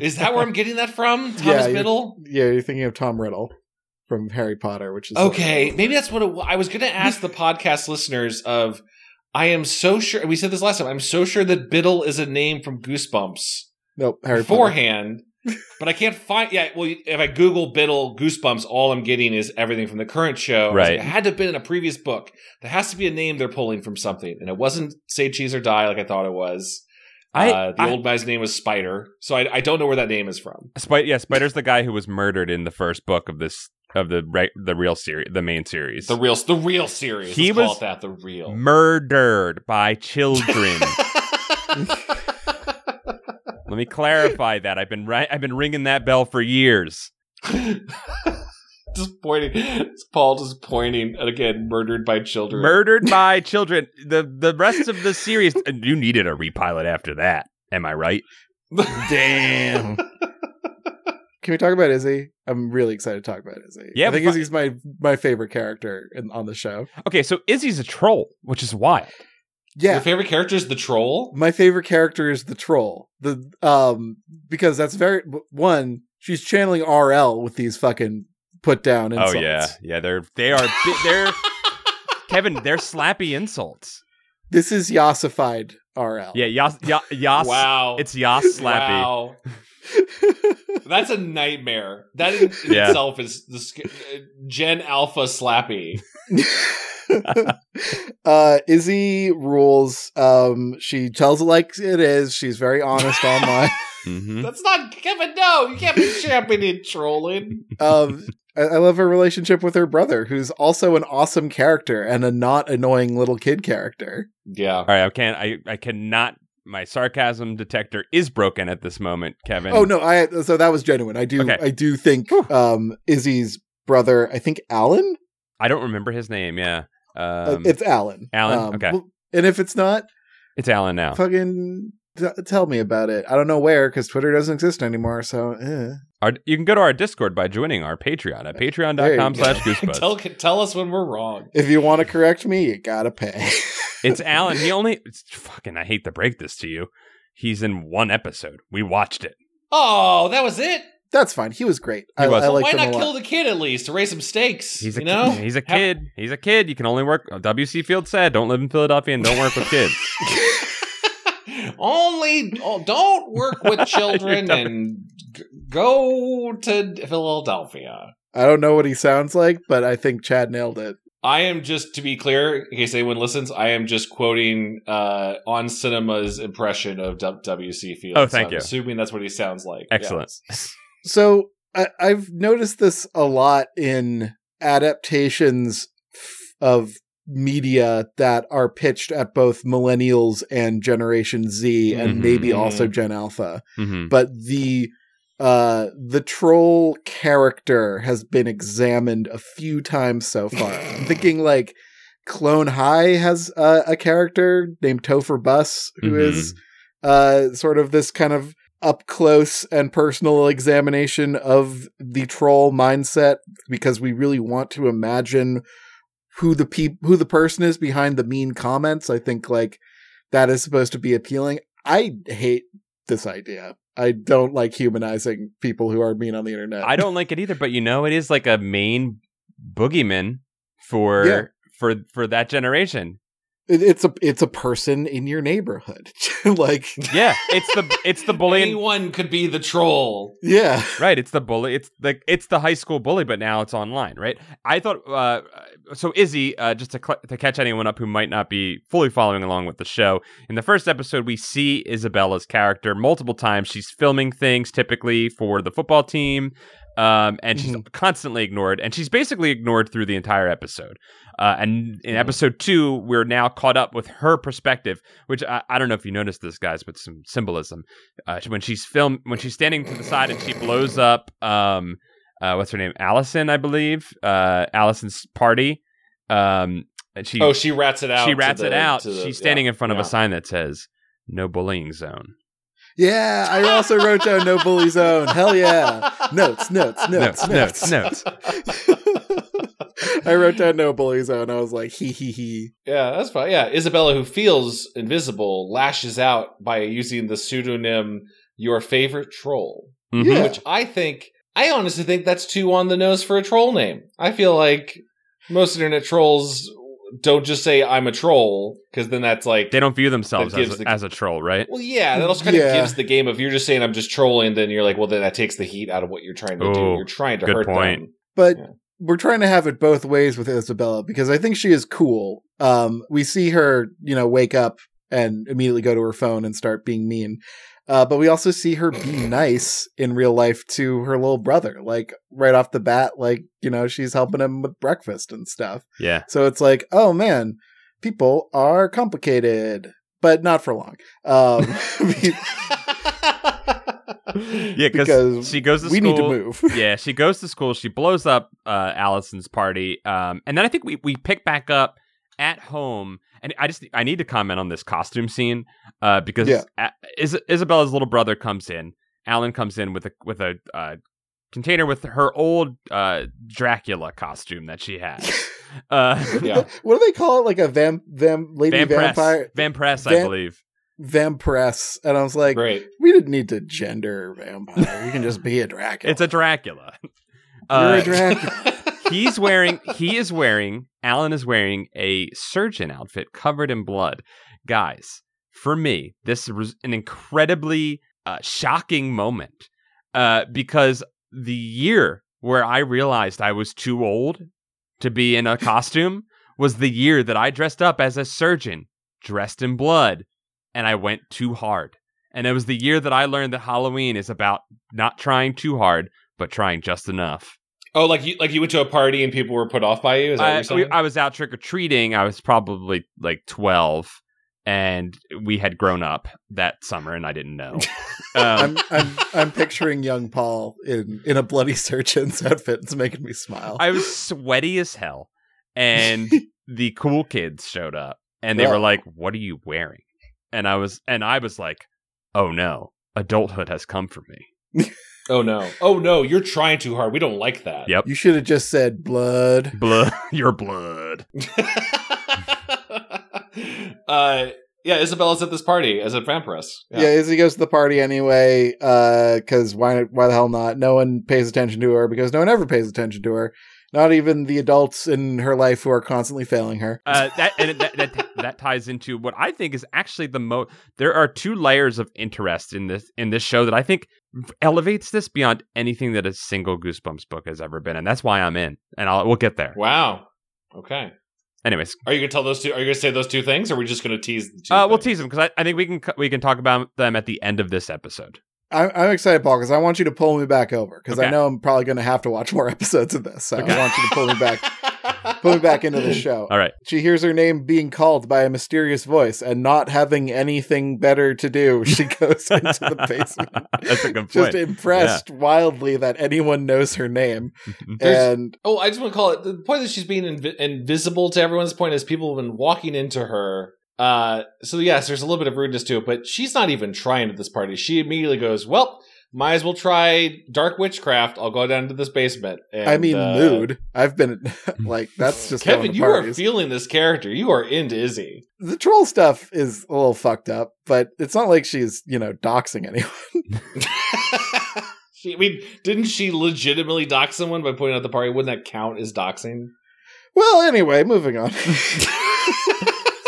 S3: Is that where I'm getting that from?
S1: Yeah,
S3: Thomas
S1: you're-
S3: Biddle.
S1: Yeah, you're thinking of Tom Riddle from Harry Potter, which is
S3: Okay, maybe that's what it, wa- I was going to ask the podcast listeners of. I am so sure, and we said this last time. I'm so sure that Biddle is a name from Goosebumps
S1: nope. Harry Potter.
S3: beforehand, but I can't find. Yeah, well, if I Google Biddle Goosebumps, all I'm getting is everything from the current show. I was
S2: Right.
S3: like, it had to have been in a previous book. There has to be a name they're pulling from something, and it wasn't "Say Cheese or Die" like I thought it was.
S2: I,
S3: uh, the
S2: I-
S3: old guy's name was Spider, so I, I don't know where that name is from.
S2: Spi- yeah, Spider's the guy who was murdered in the first book of this of the re- the real series, the main series.
S3: The real, the real series.
S2: He
S3: Let's call
S2: was
S3: it that. The real.
S2: <laughs> murdered by
S3: <laughs>
S2: children. Let me clarify that. I've been ri- I've been ringing that bell for years.
S3: <laughs> just pointing. It's Paul just pointing, and again, murdered by children. <laughs>
S2: Murdered by children. The the rest of the series you needed a repilot after that. Am I right?
S1: Damn. Can we talk about Izzy? I'm really excited to talk about Izzy.
S2: Yeah,
S1: I think
S2: but-
S1: Izzy's my my favorite character in, on the show.
S2: Okay, so Izzy's a troll, which is wild.
S1: Yeah,
S3: Your favorite character is the troll.
S1: my favorite character is the troll. The um because that's very one. She's channeling RL with these fucking put down insults.
S2: Oh yeah, yeah. They're they are bi-
S3: <laughs>
S2: they're Kevin. They're slappy insults.
S1: This is Yossified RL.
S2: Yeah, Yas, Yas, Yas
S3: wow,
S2: It's Yas Slappy.
S1: <laughs>
S3: Wow. That's a nightmare. That in,
S2: <laughs>
S3: in
S2: Yeah.
S3: itself is the sc- uh, Gen Alpha Slappy.
S1: uh, Izzy rules. Um, she tells it like it is. She's very honest
S2: <laughs>
S1: online.
S2: Mm-hmm.
S3: That's not Kevin. No, you can't be championing trolling.
S1: Um, I, I love her relationship with her brother, who's also an awesome character and a not annoying little kid character.
S3: Yeah.
S2: All right, I can't. I I cannot. My sarcasm detector is broken at this moment, Kevin.
S1: Oh no, I so that was genuine. I do,
S2: Okay.
S1: I do think
S2: Whew.
S1: um, Izzy's brother. I think Alan.
S2: I don't remember his name. Yeah,
S1: Uh,
S2: um,
S1: it's
S2: it's
S1: Alan.
S2: Alan?
S1: Um,
S2: Okay. Oh.
S1: well, And if it's not,
S2: Alan now.
S1: fucking t- tell me about it. I don't know where because Twitter doesn't exist anymore. So eh.
S2: Our, you can go to our Discord by joining our Patreon at
S1: There you
S2: patreon.com
S1: go.
S2: slash goosebuds.
S3: <laughs> tell tell us when we're wrong.
S1: if you want to correct me, you gotta pay. <laughs>
S2: it's Alan. He only it's, fucking. I hate to break this to you. He's in one episode. We watched it.
S3: Oh, that was it.
S1: That's fine. He was great. I,
S2: was.
S1: I like
S3: Why
S1: him
S3: not
S1: a
S3: kill
S1: lot.
S3: the kid at least to raise some stakes?
S2: He's a
S3: you know.
S2: kid. he's a
S3: Have-
S2: kid. He's a kid. You can only work. W.C. Field said, "Don't live in Philadelphia and don't work with
S1: <laughs>
S2: kids."
S3: <laughs> Only oh, don't work
S2: <laughs>
S3: with children
S2: You're
S3: and g- go to Philadelphia.
S1: I don't know what he sounds like, but I think Chad nailed it.
S3: I am just to be clear, in case anyone listens, I am just quoting uh, on cinema's impression of W- W.C. Fields.
S2: Oh, thank
S3: I'm
S2: you.
S3: Assuming that's what he sounds like.
S2: Excellent.
S1: So I, I've noticed this a lot in adaptations f- of media that are pitched at both millennials and Generation Z, and
S2: Mhm.
S1: maybe
S3: Mm-hmm.
S1: also Gen Alpha.
S2: Mhm.
S1: but the uh the troll character has been examined a few times so far i'm thinking like clone high has uh, a character named topher bus
S2: Mm-hmm.
S1: who is uh sort of this kind of up close and personal examination of the troll mindset because we really want to imagine who the peop- who the person is behind the mean comments i think like that is supposed to be appealing i hate this idea i don't like humanizing people who are mean on the internet
S2: I don't like it either, but you know, it is like a main boogeyman for
S1: Yeah.
S2: for for that generation.
S1: It- it's a it's a person in your neighborhood <laughs> like
S2: Yeah, it's the it's
S1: <laughs>
S2: the bully.
S3: Anyone could be the troll.
S1: yeah
S2: Right, it's the bully. It's like it's the high school bully, but now it's online. Right. I thought uh, so. Izzy, uh, just to cl- to catch anyone up who might not be fully following along with the show, in the first episode we see Isabella's character multiple times. She's filming things typically for the football team, um, and she's constantly ignored, and she's basically ignored through the entire episode. Uh, and in
S3: Mhm.
S2: episode two, we're now caught up with her perspective, which I, I don't know if you noticed this, guys, but some symbolism uh, when she's film when she's standing to the side and she blows up um uh what's her name Allison I believe uh Allison's party um and she
S3: Oh, she rats it out.
S2: she
S3: to
S2: rats
S3: the-
S2: it out
S3: to the-
S2: she's standing
S3: yeah,
S2: in front of
S3: yeah.
S2: a sign that says no bullying zone
S1: yeah <laughs> i also wrote down no bully zone hell yeah notes, notes,
S3: <laughs>
S1: notes, notes,
S2: notes notes
S1: I wrote down no bully zone. I was like, hee hee hee.
S3: Yeah, that's fine. Yeah, Isabella, who feels invisible, lashes out by using the pseudonym "Your Favorite Troll,"
S2: Mhm.
S1: Yeah.
S3: which I think, I honestly think that's too on the nose for a troll name. I feel like most internet trolls don't just say "I'm a troll" because then that's like,
S2: they don't view themselves
S3: That gives
S2: as,
S3: the-
S2: as a troll right
S3: well, yeah, that also kind of
S1: Yeah.
S3: gives the game of you're just saying "I'm just trolling," then you're like, well, then that takes the heat out of what you're trying to do.
S2: Ooh,
S3: You're trying to
S2: good
S3: hurt
S2: point.
S3: them.
S1: But
S3: Yeah.
S1: we're trying to have it both ways with Isabella because I think she is cool. Um, we see her, you know, wake up and immediately go to her phone and start being mean. Uh, but we also see her be nice in real life to her little brother, like right off the bat, like, you know, she's helping him with breakfast and stuff.
S2: yeah
S3: <laughs>
S1: So it's like, oh man, people are complicated, but not for long. Um, <laughs>
S2: <laughs> yeah
S1: Because
S2: because she goes to
S1: we
S2: school
S1: need to move.
S2: yeah, she goes to school. She blows up uh, Allison's party, um, and then I think we we pick back up at home. And I just I need to comment on this costume scene uh, because
S1: Yeah.
S2: A- Is- Isabella's little brother comes in. Alan comes in with a with a uh, container with her old uh, Dracula costume that
S1: <laughs>
S2: she had. Uh,
S3: Yeah.
S1: what do they call it? Like a vamp, vamp, lady
S2: Vampress,
S1: vampire,
S2: Vampress, I
S1: Vam-
S2: believe.
S1: vampress. And I was like,
S3: <laughs> Great.
S1: we didn't need to gender vampire. You can just be a Dracula.
S2: It's a Dracula.
S1: You're
S2: Uh,
S1: a
S3: <laughs>
S1: Dracula.
S2: he's wearing he is wearing alan is wearing a surgeon outfit covered in blood guys for me this was an incredibly uh, shocking moment uh, because the year where i realized i was too old to be in a costume was the year that I dressed up as a surgeon, dressed in blood, and I went too hard. And it was the year that I learned that Halloween is about not trying too hard, but trying just enough.
S3: Oh, like you like you went to a party and people were put off by you. Is that what
S2: I,
S3: you're saying?
S2: we- I was out trick or treating. I was probably like 12, and we had grown up that summer, and I didn't
S3: <laughs>
S2: know.
S1: <laughs>
S2: um,
S1: I'm I'm I'm picturing young Paul in in a bloody surgeon's outfit. It's making me smile.
S2: I was sweaty as hell,
S3: <laughs>
S2: and the cool kids showed up, and they
S1: Yeah.
S2: were like, "What are you wearing?" And I was, and I was like, "Oh no, adulthood has come for me."
S3: oh no! Oh no! You're trying too hard. We don't like that.
S2: Yep.
S1: <laughs> you should have just said blood.
S2: Blood, <laughs> your blood.
S3: <laughs> uh, yeah, Isabella's at this party as a vampiress.
S1: Yeah. Izzy goes to the party anyway, because why why the hell not? No one pays attention to her because no one ever pays attention to her. Not even the adults in her life who are constantly failing her.
S2: Uh, that and that, that that ties into what I think is actually the most. There are two layers of interest in this in this show that I think elevates this beyond anything that a single Goosebumps book has ever been, and that's why I'm in. And I'll we'll get there.
S3: Wow. Okay.
S2: Anyways,
S3: Are you gonna tell those two? Are you gonna say those two things? Or are we just gonna tease? The two
S2: Uh, we'll
S3: things?
S2: tease them because I, I think we can cu- we can talk about them at the end of this episode.
S1: I'm, I'm excited, Paul, because I want you to pull me back over because I
S2: Okay.
S1: know I'm probably going to have to watch <laughs> more episodes of this. So I want you to pull me
S3: <laughs>
S1: back, pull me back into the show.
S2: All right,
S1: She hears her name being called by a mysterious voice, and not having anything better <laughs> to do, <laughs> she goes into
S3: <laughs>
S1: the basement.
S2: <laughs> that's a good
S1: Just
S2: point.
S1: impressed wildly that anyone knows her name,
S3: There's-
S1: and
S3: Oh, I just want to call it the point that she's being invi- invisible to everyone's point is people have been walking into her. Uh, so yes, there's a little bit of rudeness to it, but she's not even trying at this party. She immediately goes, "Well, might as well try dark witchcraft. I'll go down to this basement." And,
S1: I mean
S3: uh,
S1: mood. I've been <laughs>
S3: <laughs>
S1: like that's just going
S3: Kevin,
S1: to
S3: you are
S1: parties.
S3: feeling this character. You are into Izzy. <laughs>
S1: the troll stuff is a little fucked up, but it's not like she's you know doxing anyone. <laughs>
S3: she, I mean, didn't she legitimately dox someone by pointing out the party? Wouldn't that count
S1: <laughs>
S3: as doxing?
S1: Well, anyway, moving on.
S2: <laughs>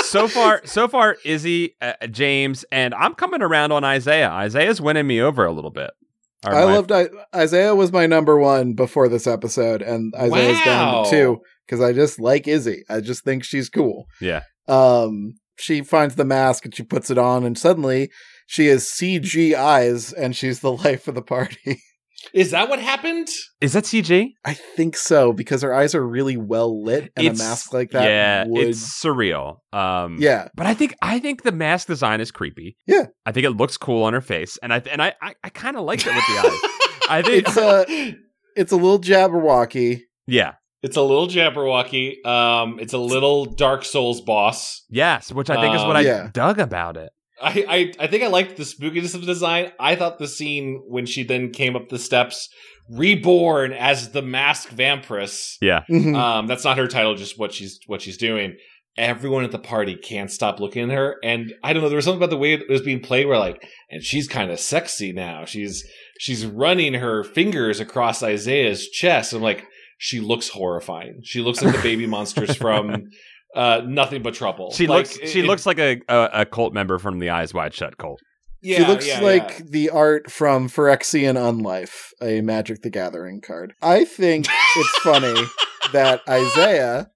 S2: so far, so far, Izzy, uh, James, and I'm coming around on Isaiah. Isaiah's winning me over a little bit. Or
S1: I
S2: my-
S1: loved I- Isaiah was my number one before this episode, and Isaiah's down
S3: Wow.
S1: to two because I just like Izzy. I just think she's cool.
S2: Yeah.
S1: Um, she finds the mask and she puts it on, and suddenly she has CG eyes, and she's the <laughs> life of the party.
S3: Is that what happened?
S2: Is that CG?
S1: I think so because her eyes are really well lit, and
S2: It's-
S1: a mask like that
S2: yeah,
S1: would.
S2: it's surreal. Um,
S1: yeah,
S2: But I think I think the mask design is creepy.
S1: Yeah.
S2: I think it looks cool on her face, and I and I I, I kind of liked it with
S1: <laughs>
S2: the eyes. I think
S1: it's
S2: <laughs>
S1: a it's a little Jabberwocky.
S2: yeah,
S3: It's a little Jabberwocky. Um, it's a little Dark Souls boss.
S2: yes, which I think is what
S3: Um,
S2: I
S1: Yeah.
S2: dug about it.
S3: I, I I think I liked the spookiness of the design. I thought the scene when she then came up the steps, reborn as the masked vampiress.
S2: Yeah.
S1: Mhm.
S3: Um, that's not her title, just what she's what she's doing. Everyone at the party can't stop looking at her, and I don't know. There was something about the way it was being played, where like, and she's kind of sexy now. She's she's running her fingers across Isaiah's chest. I'm like, she looks horrifying. She looks like the <laughs> baby monsters from uh, Nothing But Trouble.
S2: She
S3: Like,
S2: looks
S3: it-
S2: she
S3: it-
S2: looks like a, a a cult member from the Eyes Wide Shut cult.
S1: she
S3: yeah,
S1: looks
S3: yeah,
S1: like
S3: yeah.
S1: the art from Phyrexian Unlife, a Magic the Gathering card. I think it's
S3: <laughs>
S1: funny that Isaiah,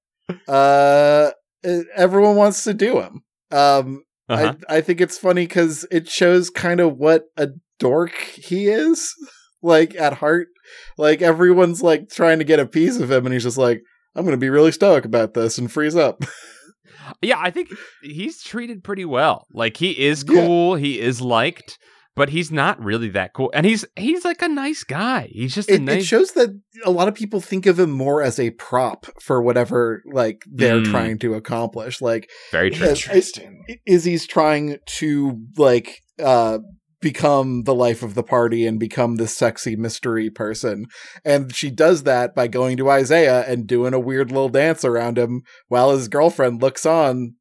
S1: uh, everyone wants to do him. Um,
S2: Uh-huh.
S1: I, I think it's funny because it shows kind of what a dork he is, <laughs> like at heart. Like everyone's like trying to get a piece of him, and he's just like, "I'm going to be really stoic about this and freeze up."
S2: yeah, I think he's treated pretty well. Like he is
S1: Yeah.
S2: cool, he is liked, but he's not really that cool. And he's he's like a nice guy. He's just a
S1: it, it
S2: nice
S1: shows that a lot of people think of him more as a prop for whatever like they're
S2: Mm.
S1: trying to accomplish like
S2: very true.
S1: Yeah.
S3: Interesting.
S1: I- izzy's trying to like uh become the life of the party and become this sexy mystery person and she does that by going to isaiah and doing a weird little dance around him while his girlfriend looks on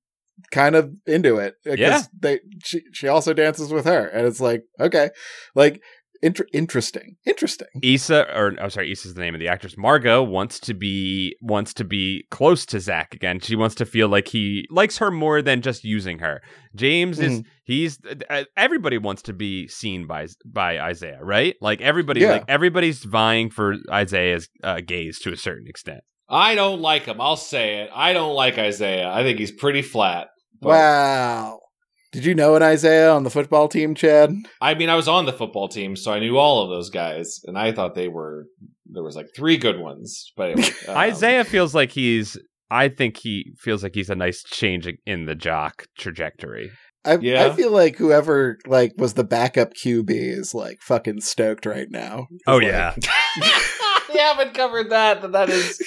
S1: kind of into it because
S2: Yeah.
S1: they she, she also dances with her and it's like okay like inter- interesting interesting
S2: Issa or I'm sorry, Issa's the name of the actress. Margot wants to be wants to be close to Zach again. She wants to feel like he likes her more than just using her. James is he's uh, everybody wants to be seen by by Isaiah, right? Like everybody
S1: Yeah.
S2: like everybody's vying for Isaiah's uh, gaze to a certain extent.
S3: I don't like him. I'll say it. I don't like Isaiah. I think he's pretty flat. But-
S1: Wow. Did you know an Isaiah on the football team, Chad?
S3: I mean, I was on the football team, so I knew all of those guys, and I thought they were there was like three good ones. But anyway, um,
S2: Isaiah feels like he's. I think he feels like he's a nice change in the jock trajectory.
S1: I, I
S3: Yeah.
S1: feel like whoever like was the backup QB is like fucking stoked right now.
S2: Oh,
S1: Like,
S3: <laughs> we haven't covered that, but that is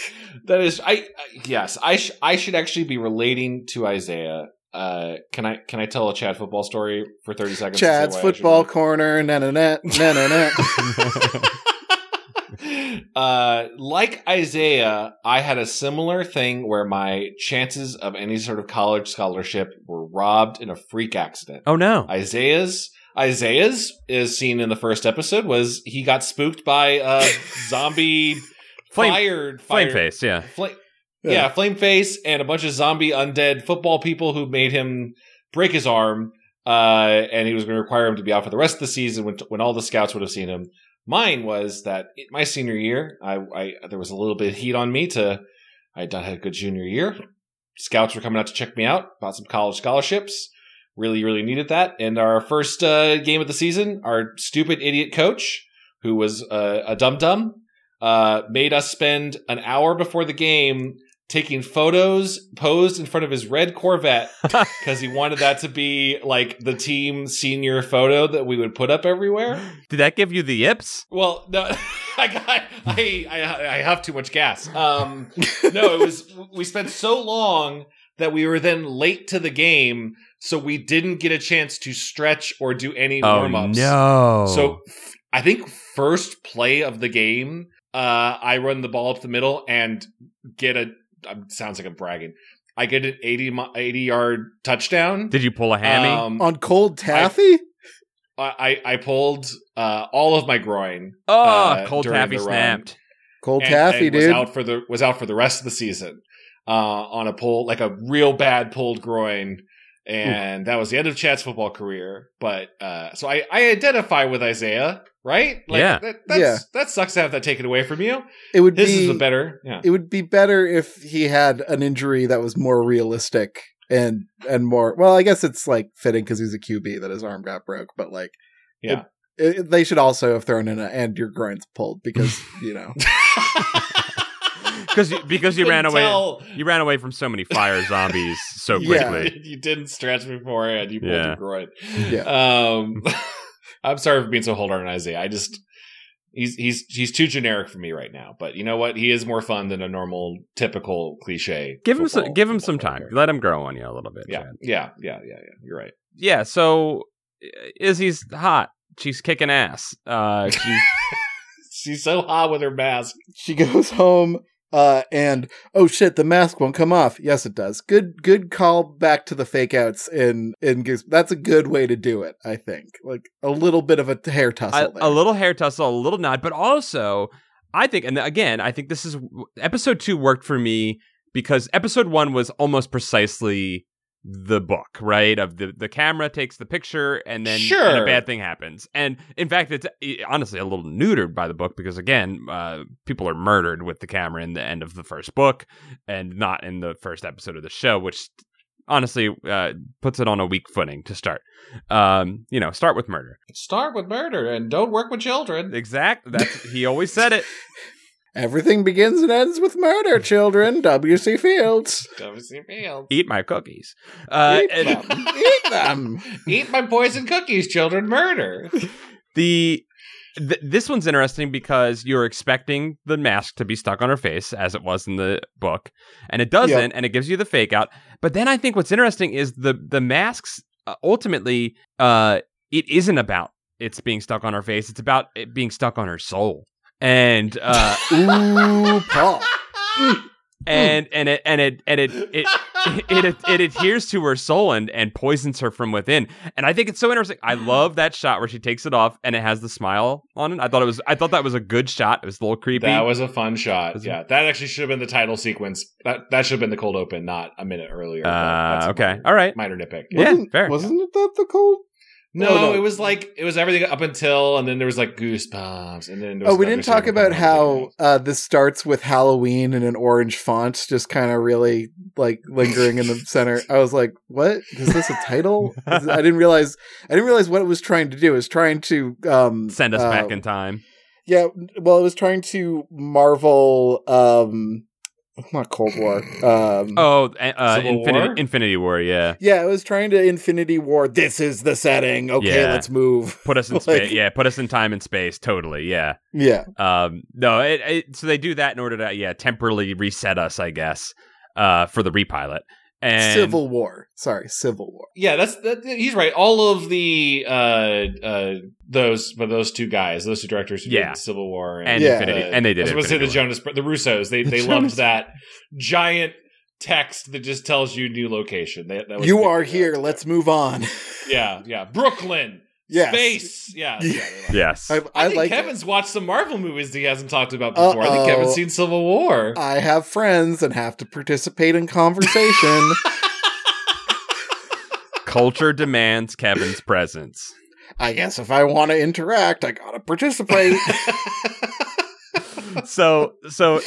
S3: that is I, I yes I sh- I should actually be relating to Isaiah. Uh, can I can I tell a Chad football story for thirty seconds? to say
S1: Chad's
S3: why I should
S1: football
S3: be-
S1: corner, na na na na na
S3: <laughs>
S1: na.
S3: uh, like Isaiah, I had a similar thing where my chances of any sort of college scholarship were robbed in a freak accident.
S2: <laughs> Oh no!
S3: Isaiah's Isaiah's is seen in the first episode was he got spooked by a zombie
S2: Flame-
S3: fired
S2: Flame
S3: fired-
S2: face. Yeah. <laughs>
S3: Fla-
S1: Yeah.
S3: yeah. flame face and a bunch of zombie undead football people who made him break his arm, uh, and he was going to require him to be out for the rest of the season when, when all the scouts would have seen him. Mine was that it, my senior year, I, I there was a little bit of heat on me to I had not had a good junior year. Scouts were coming out to check me out, bought some college scholarships. Really, really needed that. And our first uh, game of the season, our stupid idiot coach, who was uh, a dum dum, uh, made us spend an hour before the game taking photos posed in front of his red Corvette because he wanted that to be like the team senior photo that we would put up everywhere.
S2: Did that give you the yips?
S3: Well, no, <laughs> I got I, I I have too much gas. Um, no, it was we spent so long that we were then late to the game, so we didn't get a chance to stretch or do any warm ups.
S2: Oh, no!
S3: So f- I think first play of the game, uh, I run the ball up the middle and get a. um, Sounds like I'm bragging. I get an 80, mi- 80 yard touchdown.
S2: did you pull a hammy?
S3: Um,
S1: On cold taffy?
S3: I, I I pulled uh, all of my groin.
S2: oh,
S3: uh,
S2: cold
S3: during
S2: taffy
S3: the run.
S2: snapped.
S1: cold
S3: and-
S1: taffy,
S3: and was
S1: dude.
S3: out for the was out for the rest of the season uh, on a pull like a real bad pulled groin, and that was the end of Chad's football career. But uh, so I I identify with Isaiah, right?
S2: Yeah.
S3: that, that's,
S1: Yeah.
S3: That sucks to have that taken away from you.
S1: It would
S3: This
S1: be
S3: is a better. <laughs> Yeah.
S1: it would be better if he had an injury that was more realistic and and more well, I guess it's like fitting because he's a QB that his arm got broke, but like
S3: Yeah.
S1: it, it- they should also have thrown in a and your groin's pulled because you know
S2: Because you- because you ran
S3: Couldn't
S2: away-
S3: tell.
S2: You ran away from so many
S3: <laughs>
S2: fire zombies so
S1: Yeah.
S2: quickly.
S3: you didn't stretch beforehand. You pulled
S2: Yeah.
S3: your groin.
S1: Yeah.
S3: Um, <laughs> I'm sorry for being so hard on Isaiah. I just he's he's he's too generic for me right now. But you know what? He is more fun than a normal, typical cliche.
S2: Give him
S3: football-
S2: some. Give him
S3: football
S2: some time.
S3: player.
S2: Let him grow on you a little bit.
S3: Yeah,
S2: Chad.
S3: yeah, yeah, yeah, yeah. You're right.
S2: Yeah. So uh, Izzy's hot. She's kicking ass. Uh, she-
S3: <laughs>
S2: <laughs>
S3: She's so hot with her mask.
S1: she goes home uh and oh shit the mask won't come off yes it does good good call back to the fake outs in in Goose- that's a good way to do it i think like a little bit of a hair
S2: a,
S1: tussle there.
S2: a little hair tussle, a little nod, but also I think, and again, I think this is episode two worked for me because episode one was almost precisely the book, right? Of the the camera takes the picture and then
S3: Sure.
S2: and a bad thing happens, and in fact, it's eh, honestly a little neutered by the book because again, uh, people are murdered with the camera in the end of the first book and not in the first episode of the show, which honestly uh, puts it on a weak footing to start. Um, you know, start with murder.
S3: Start with murder and don't work with children.
S2: Exact. That's he always said it.
S1: everything begins and ends with murder children wc fields
S3: WC Fields.
S2: Eat my cookies. Uh,
S1: Eat
S2: and
S1: them. eat them
S3: Eat my poison cookies, children. Murder.
S2: the th- this one's interesting because you're expecting the mask to be stuck on her face as it was in the book, and it doesn't, and it gives you the fake out. But then I think what's interesting is the the masks uh, ultimately uh, it isn't about it's being stuck on her face. It's about it being stuck on her soul. And
S3: <laughs>
S2: uh,
S1: <laughs> ooh paul
S2: and and it and it and it, it <laughs> it, it it adheres to her soul and and poisons her from within. And I think it's so interesting. I love that shot where she takes it off and it has the smile on it. I thought it was I thought that was a good shot. It was a little creepy.
S3: That was a fun shot.
S2: Was-
S3: Yeah, that actually should have been the title sequence. That that should have been the cold open, not a minute earlier. but
S2: uh,
S3: that's a
S2: okay.
S3: minor-
S2: All right.
S3: Minor nitpick.
S2: Yeah,
S1: Wasn't-
S2: fair.
S1: wasn't it that the cold No,
S3: No,
S1: no.
S3: it was like it was everything up until, and then there was like goosebumps, and then there was
S1: Oh, we
S3: another
S1: didn't talk
S3: scene
S1: about
S3: with
S1: how uh, this starts with Halloween in an orange font, just kind of really like lingering in the center. I was like, "What is this a title?" Is- I didn't realize. I didn't realize what it was trying to do. It was trying to um,
S2: Send us
S1: uh,
S2: back in time.
S1: Yeah, well, it was trying to Marvel. Um, not Cold War. Um,
S2: Oh, a- uh,
S3: mm. Civil
S2: Infinity,
S3: War?
S2: Infinity War. Yeah,
S1: Yeah, it was trying to Infinity War. This is the setting. Okay,
S2: Yeah.
S1: let's move.
S2: put us in
S1: Like-
S2: space. Yeah, put us in time and space. Totally. Yeah.
S1: Yeah,
S2: Um. No. It, it, so they do that in order to yeah temporarily reset us, I guess, uh, for the repilot. And
S1: Civil War. Sorry, Civil War.
S3: Yeah, that's that, he's right. All of the uh uh those but those two guys, those two directors who
S2: Yeah.
S3: did Civil War
S2: and
S1: Yeah.
S2: Infinity,
S3: uh,
S2: and they
S3: I
S2: did
S3: was
S2: it.
S3: going to say the Jonas, the Russos. They
S2: The
S3: they
S2: Jonas-
S3: loved that giant text that just tells you new location. They, that was
S1: You
S3: the-
S1: are here. Let's move on. <laughs>
S3: yeah yeah Brooklyn
S1: Yes.
S3: space yeah
S1: <laughs> Yeah.
S3: yeah. they loved it.
S2: Yes.
S1: I,
S3: <laughs> I,
S1: I,
S3: think
S1: like.
S3: Kevin's watched some Marvel movies that he hasn't talked about before. I think
S1: Uh-oh. Uh,
S3: Kevin's seen Civil War. <laughs>
S1: I have friends and have to participate in conversation.
S3: <laughs>
S2: Culture demands Kevin's presence.
S1: I guess if I want to interact, I gotta
S3: <laughs>
S1: participate.
S2: So
S3: Uh,
S2: so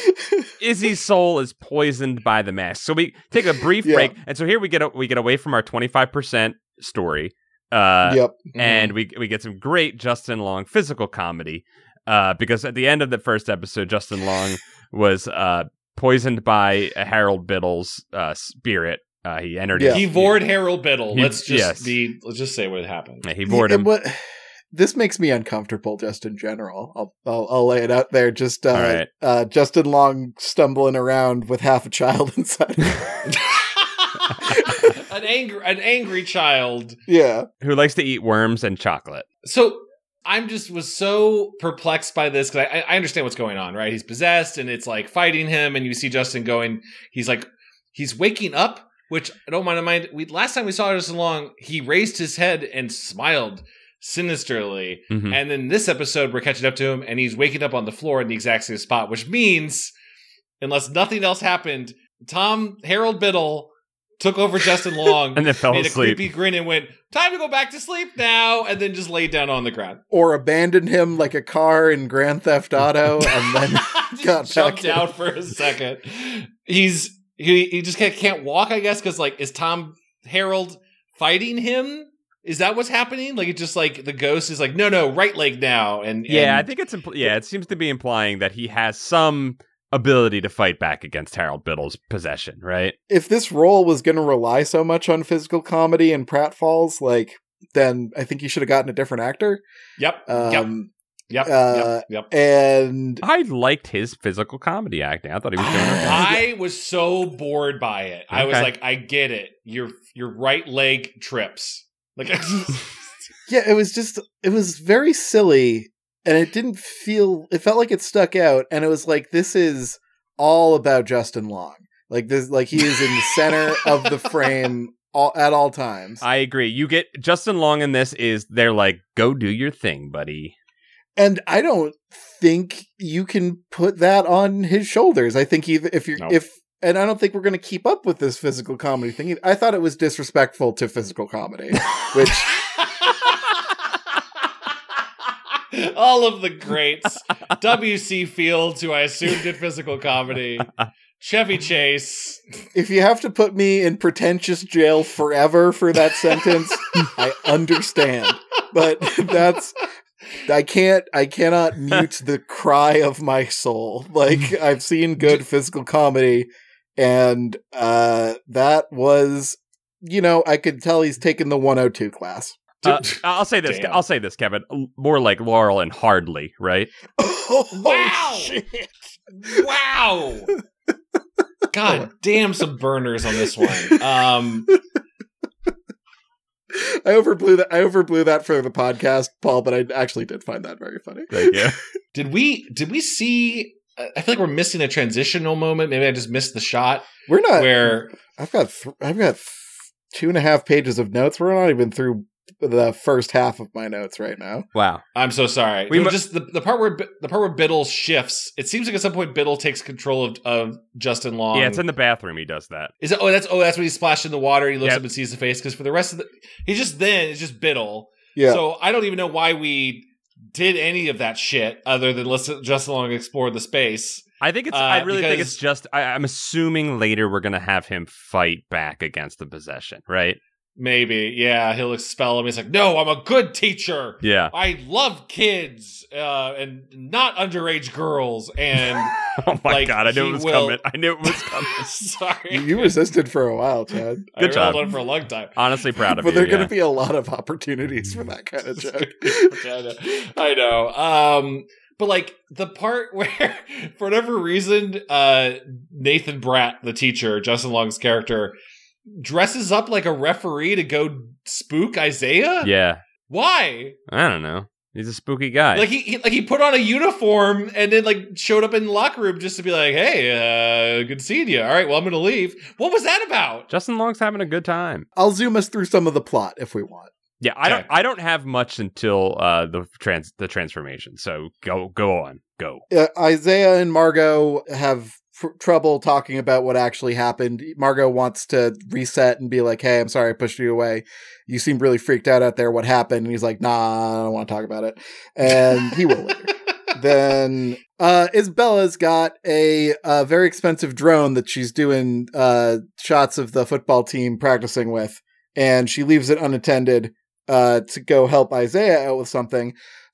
S2: Izzy's soul is poisoned by the mask. So we take a brief
S1: Yeah.
S2: break, and so here we get a, we get away from our twenty five percent story. Uh,
S1: <laughs> yep.
S2: and we we get some great Justin Long physical comedy uh, because at the end of the first episode, Justin Long was uh, poisoned by uh, Harold Biddle's uh, spirit. Uh, he entered.
S1: Yeah.
S2: his-
S3: He vored Harold Biddle.
S2: He-
S3: let's just
S2: yes.
S3: be. Let's just say what happened.
S2: He vored
S1: Yeah,
S2: him.
S1: but- this makes me uncomfortable just in general. I'll I'll, I'll lay it out there. Just uh,
S2: All right.
S1: uh, Justin Long stumbling around with half a child <laughs>
S3: <laughs>
S1: inside.
S3: an angry an angry child.
S1: yeah.
S2: Who likes to eat worms and chocolate?
S3: So I'm just was so perplexed by this because I, I understand what's going on, right? He's possessed and it's like fighting him, and you see Justin going. He's like he's waking up, which I don't mind. Mind we last time we saw Justin Long, he raised his head and smiled sinisterly,
S2: Mhm.
S3: and then this episode we're catching up to him, and he's waking up on the floor in the exact same spot, which means unless nothing else happened, Tom Harold Biddle took over Justin Long
S2: And then fell
S3: made a
S2: asleep.
S3: creepy grin and went, "Time to go back to sleep now," and then just laid down on the ground.
S1: Or abandoned him like a car in Grand Theft Auto, and
S3: <laughs>
S1: then <laughs>
S3: just
S1: got
S3: jumped
S1: back in.
S3: out for a second. He's he, he just can't, can't walk, I guess, because like is Tom Harold fighting him? Is that what's happening? Like it's just like the ghost is like, "No, no, right leg now." And
S2: Yeah, I
S3: and-
S2: think it's impl- yeah. It seems to be implying that he has some ability to fight back against Harold Biddle's possession, right?
S1: if this role was going to rely so much on physical comedy and pratfalls, like then I think you should have gotten a different actor.
S3: Yep. yep.
S1: Um,
S3: Yep.
S1: uh,
S3: yep. Yep.
S1: And
S2: I liked his physical comedy acting. I thought he was <sighs> doing. Okay.
S3: I was so bored by it. I was
S2: Okay.
S3: like, I get it. Your your right leg trips.
S1: <laughs>
S3: Like <laughs>
S1: yeah, it was just it was very silly, and it didn't feel. It felt like it stuck out, and it was like this is all about Justin Long. Like this, like he is in the center of the frame all, at all times.
S2: I agree. You get Justin Long in this is they're like, go do your thing, buddy.
S1: and I don't think you can put that on his shoulders. I think even if you're
S2: No.
S1: if and I don't think we're going to keep up with this physical comedy thing. I thought it was disrespectful to physical comedy, which
S3: <laughs> All of the greats. W.C. Fields, who I assume did physical comedy. Chevy Chase.
S1: if you have to put me in pretentious jail forever for that sentence, I understand. But <laughs> that's I can't I cannot mute the cry of my soul. Like I've seen good physical comedy and uh that was you know, I could tell he's taken the 102 class. <laughs>
S2: <laughs> Uh, I'll say this.
S3: Damn.
S2: I'll say this, Kevin. More like Laurel and Hardly, right?
S1: Oh,
S3: Wow!
S1: shit.
S3: Wow. God damn some burners on this one. Um
S1: I overblew that I overblew that for the podcast, Paul, but I actually did find that very funny.
S2: Thank you.
S3: did we did we see I I feel like we're missing a transitional moment. Maybe I just missed the shot
S1: We're not
S3: where
S1: I've got th- I've got th- two and a half pages of notes. We're not even through the first half of my notes right now.
S2: <laughs> wow.
S3: I'm so sorry.
S2: We
S3: It
S2: mu-
S3: was just the, the part where Bi- the part where Biddle shifts. It seems like at some point Biddle takes control of, of Justin Long.
S2: Yeah, it's in the bathroom. He does that.
S3: Is it, oh that's oh that's when he splashed in the water. He looks
S2: Yep.
S3: up and sees the face because for the rest of the he's just then it's just Biddle.
S1: Yeah.
S3: So I don't even know why we did any of that shit other than let's just along explore the space.
S2: I think it's.
S3: Uh,
S2: I really think
S3: because-
S2: it's just. I, I'm assuming later we're gonna have him fight back against the possession, right?
S3: Maybe, yeah, he'll expel him. He's like, no, I'm a good teacher.
S2: Yeah.
S3: I love kids uh, and not underage girls.
S2: <laughs>
S3: And <laughs>
S2: Oh my
S3: Like,
S2: god! I knew
S3: he
S2: it was
S3: will-
S2: coming. I knew it was coming.
S3: sorry,
S1: You- you resisted for a while, Chad.
S2: Good
S3: I
S2: job.
S3: rolled on for a long time.
S2: <laughs> Honestly, <laughs> proud of
S1: but
S2: you.
S1: there are going
S2: yeah.
S1: to be a lot of opportunities for that kind
S2: <laughs>
S1: of joke.
S3: I know. I know. Um, but like the part <laughs> where, for whatever reason, uh, Nathan Bratt, the teacher, Justin Long's character, dresses up like a referee to go spook Isaiah.
S2: yeah.
S3: Why?
S2: I don't know. He's a spooky guy.
S3: Like he, he like he put on a uniform and then like showed up in the locker room just to be like, "Hey, uh, good seeing you. All right, well, I'm gonna leave." What was that about?
S2: Justin Long's having a good time.
S1: I'll zoom us through some of the plot if we want.
S2: Yeah, I don't.
S3: Okay.
S2: I don't have much until uh, the trans the transformation. So go go on go.
S1: Uh, Isaiah and Margot have fr- trouble talking about what actually happened. Margot wants to reset and be like, "Hey, I'm sorry I pushed you away. You seemed really freaked out out there. What happened?" And he's like, "Nah, I don't want to talk about it." And he will later. then uh Isabella's got a uh, very expensive drone that she's doing uh shots of the football team practicing with and she leaves it unattended uh to go help Isaiah out with something.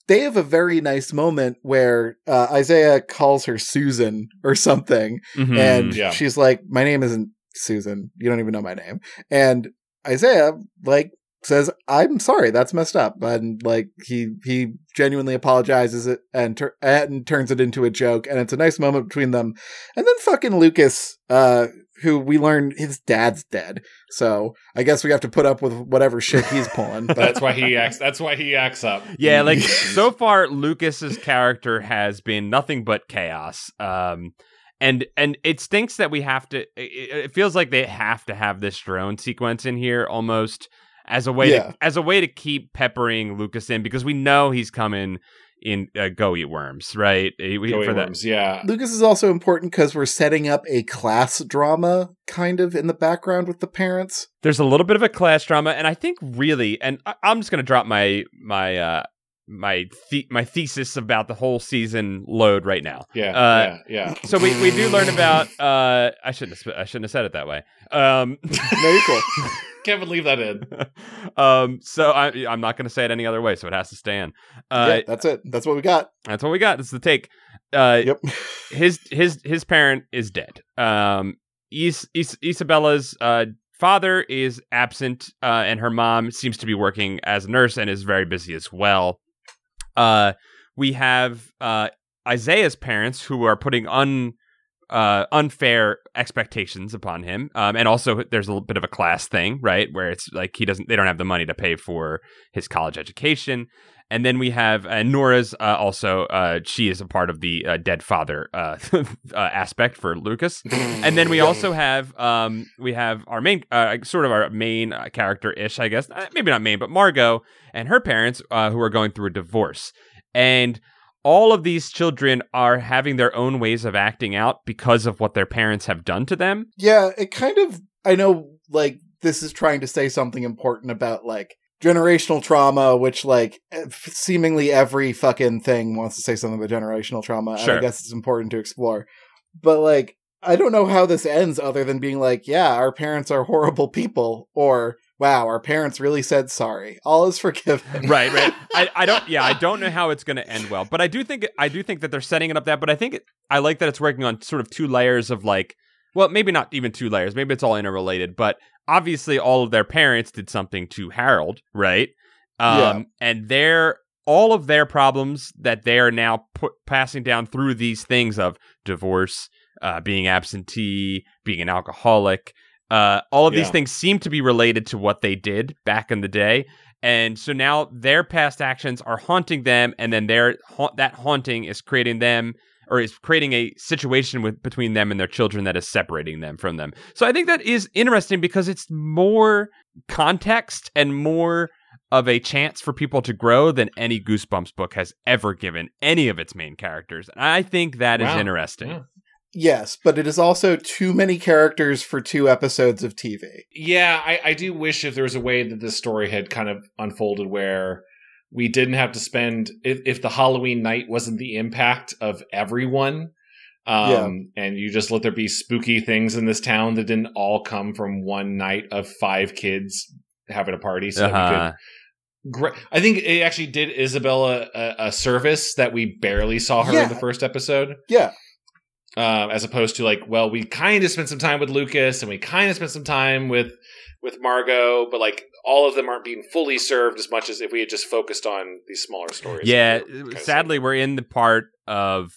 S1: They have a very nice moment where uh, Isaiah calls her Susan or something
S2: Mhm.
S1: and
S3: Yeah.
S1: she's like my name isn't Susan. You don't even know my name. And Isaiah like says I'm sorry. That's messed up. And like he he genuinely apologizes it and tur- and turns it into a joke and it's a nice moment between them. And then fucking Lucas uh who we learn his dad's dead. So I guess we have to put up with whatever shit he's
S3: <laughs>
S1: pulling. But
S3: That's why he acts. That's why he acts up.
S2: <laughs> Yeah, like so far, Lucas's character has been nothing but chaos. Um, and and it stinks that we have to. It, it feels like they have to have this drone sequence in here almost as a way
S1: Yeah.
S2: to, as a way to keep peppering Lucas in because we know he's coming in. Uh, go eat worms, right? He- we-
S3: Joey
S2: for that-
S3: Worms, yeah.
S1: Lucas is also important because we're setting up a class drama kind of in the background with the parents.
S2: There's a little bit of a class drama, and I think really, and I, I'm just gonna drop my my uh my the- my thesis about the whole season load right now.
S3: Yeah,
S2: Uh,
S3: yeah,
S2: So we, we do learn about uh I shouldn't have, sp- I shouldn't have said it that way. Um <laughs>
S1: No, you're cool.
S3: yeah. Kevin, leave that in.
S2: um so I I'm not going to say it any other way so it has to stay in. Uh
S1: yeah, that's it. That's what we got.
S2: that's what we got. That's the take. Uh
S1: Yep.
S2: his his his parent is dead. Um Is- Is- Isabella's uh father is absent uh and her mom seems to be working as a nurse and is very busy as well. Uh we have uh Isaiah's parents who are putting un uh, unfair expectations upon him, um, and also there's a little bit of a class thing, right? Where it's like he doesn't, they don't have the money to pay for his college education, and then we have uh, Nora's uh, also. Uh, she is a part of the uh, dead father uh, <laughs> uh, aspect for Lucas, <laughs> and then we also have um, we have our main, uh, sort of our main uh, character ish, I guess, Uh, maybe not main, but Margot and her parents uh, who are going through a divorce, and all of these children are having their own ways of acting out because of what their parents have done to them.
S1: Yeah, it kind of I know like this is trying to say something important about like generational trauma which like eh, seemingly every fucking thing wants to say something about generational trauma and
S2: Sure.
S1: I guess it's important to explore. But like I don't know how this ends other than being like, yeah, our parents are horrible people or wow, our parents really said sorry. All is
S2: <laughs>
S1: forgiven.
S2: right right I, I don't yeah i don't know how it's going to end well but i do think i do think that they're setting it up that but i think it, i like that it's working on sort of two layers of like well maybe not even two layers maybe it's all interrelated but obviously all of their parents did something to harold right um
S1: Yeah.
S2: and their all of their problems that they are now put, passing down through these things of divorce uh, being absentee being an alcoholic uh, all of these
S3: Yeah.
S2: things seem to be related to what they did back in the day and so now their past actions are haunting them and then their ha- that haunting is creating them or is creating a situation with between them and their children that is separating them from them so i think that is interesting because it's more context and more of a chance for people to grow than any goosebumps book has ever given any of its main characters and i think that is
S3: Wow.
S2: interesting
S3: Yeah.
S1: Yes, but it is also too many characters for two episodes of TV.
S3: Yeah, I, I do wish if there was a way that this story had kind of unfolded where we didn't have to spend if, if the Halloween night wasn't the impact of everyone. Um, and you just let there be spooky things in this town that didn't all come from one night of five kids having a party. So that we could
S2: Uh-huh.
S3: great. I think it actually did Isabella a, a service that we barely saw her
S1: Yeah.
S3: in the first episode.
S1: Yeah.
S3: Um, as opposed to like, well, we kind of spent some time with Lucas and we kind of spent some time with with Margot, but like all of them aren't being fully served as much as if we had just focused on these smaller stories.
S2: Yeah, uh,
S3: that we were kinda
S2: sadly, we're in the part of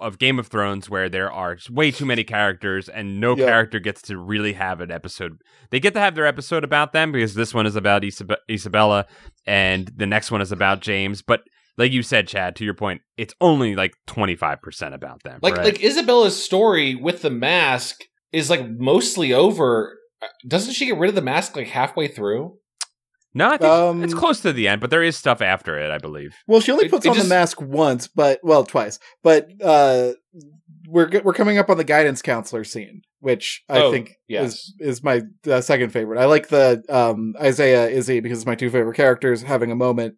S2: of Game of Thrones where there are way too many characters, and no
S1: Yeah.
S2: character gets to really have an episode. They get to have their episode about them because this one is about Isab- Isabella, and the next one is about James. But like you said, Chad, to your point, it's only like twenty five percent about them.
S3: Like
S2: right?
S3: like Isabella's story with the mask is like mostly over. Uh, Doesn't she get rid of the mask like halfway through?
S2: no, I think
S1: Um,
S2: it's close to the end, but there is stuff after it, I believe.
S1: Well, she only
S3: It-
S1: puts
S3: it
S1: on
S3: just-
S1: the mask once, but well, twice. But uh, we're g- we're coming up on the guidance counselor scene, which I
S3: Oh,
S1: think
S3: yes.
S1: is is my uh, second favorite. I like the um, Isaiah Izzy because it's my two favorite characters having a moment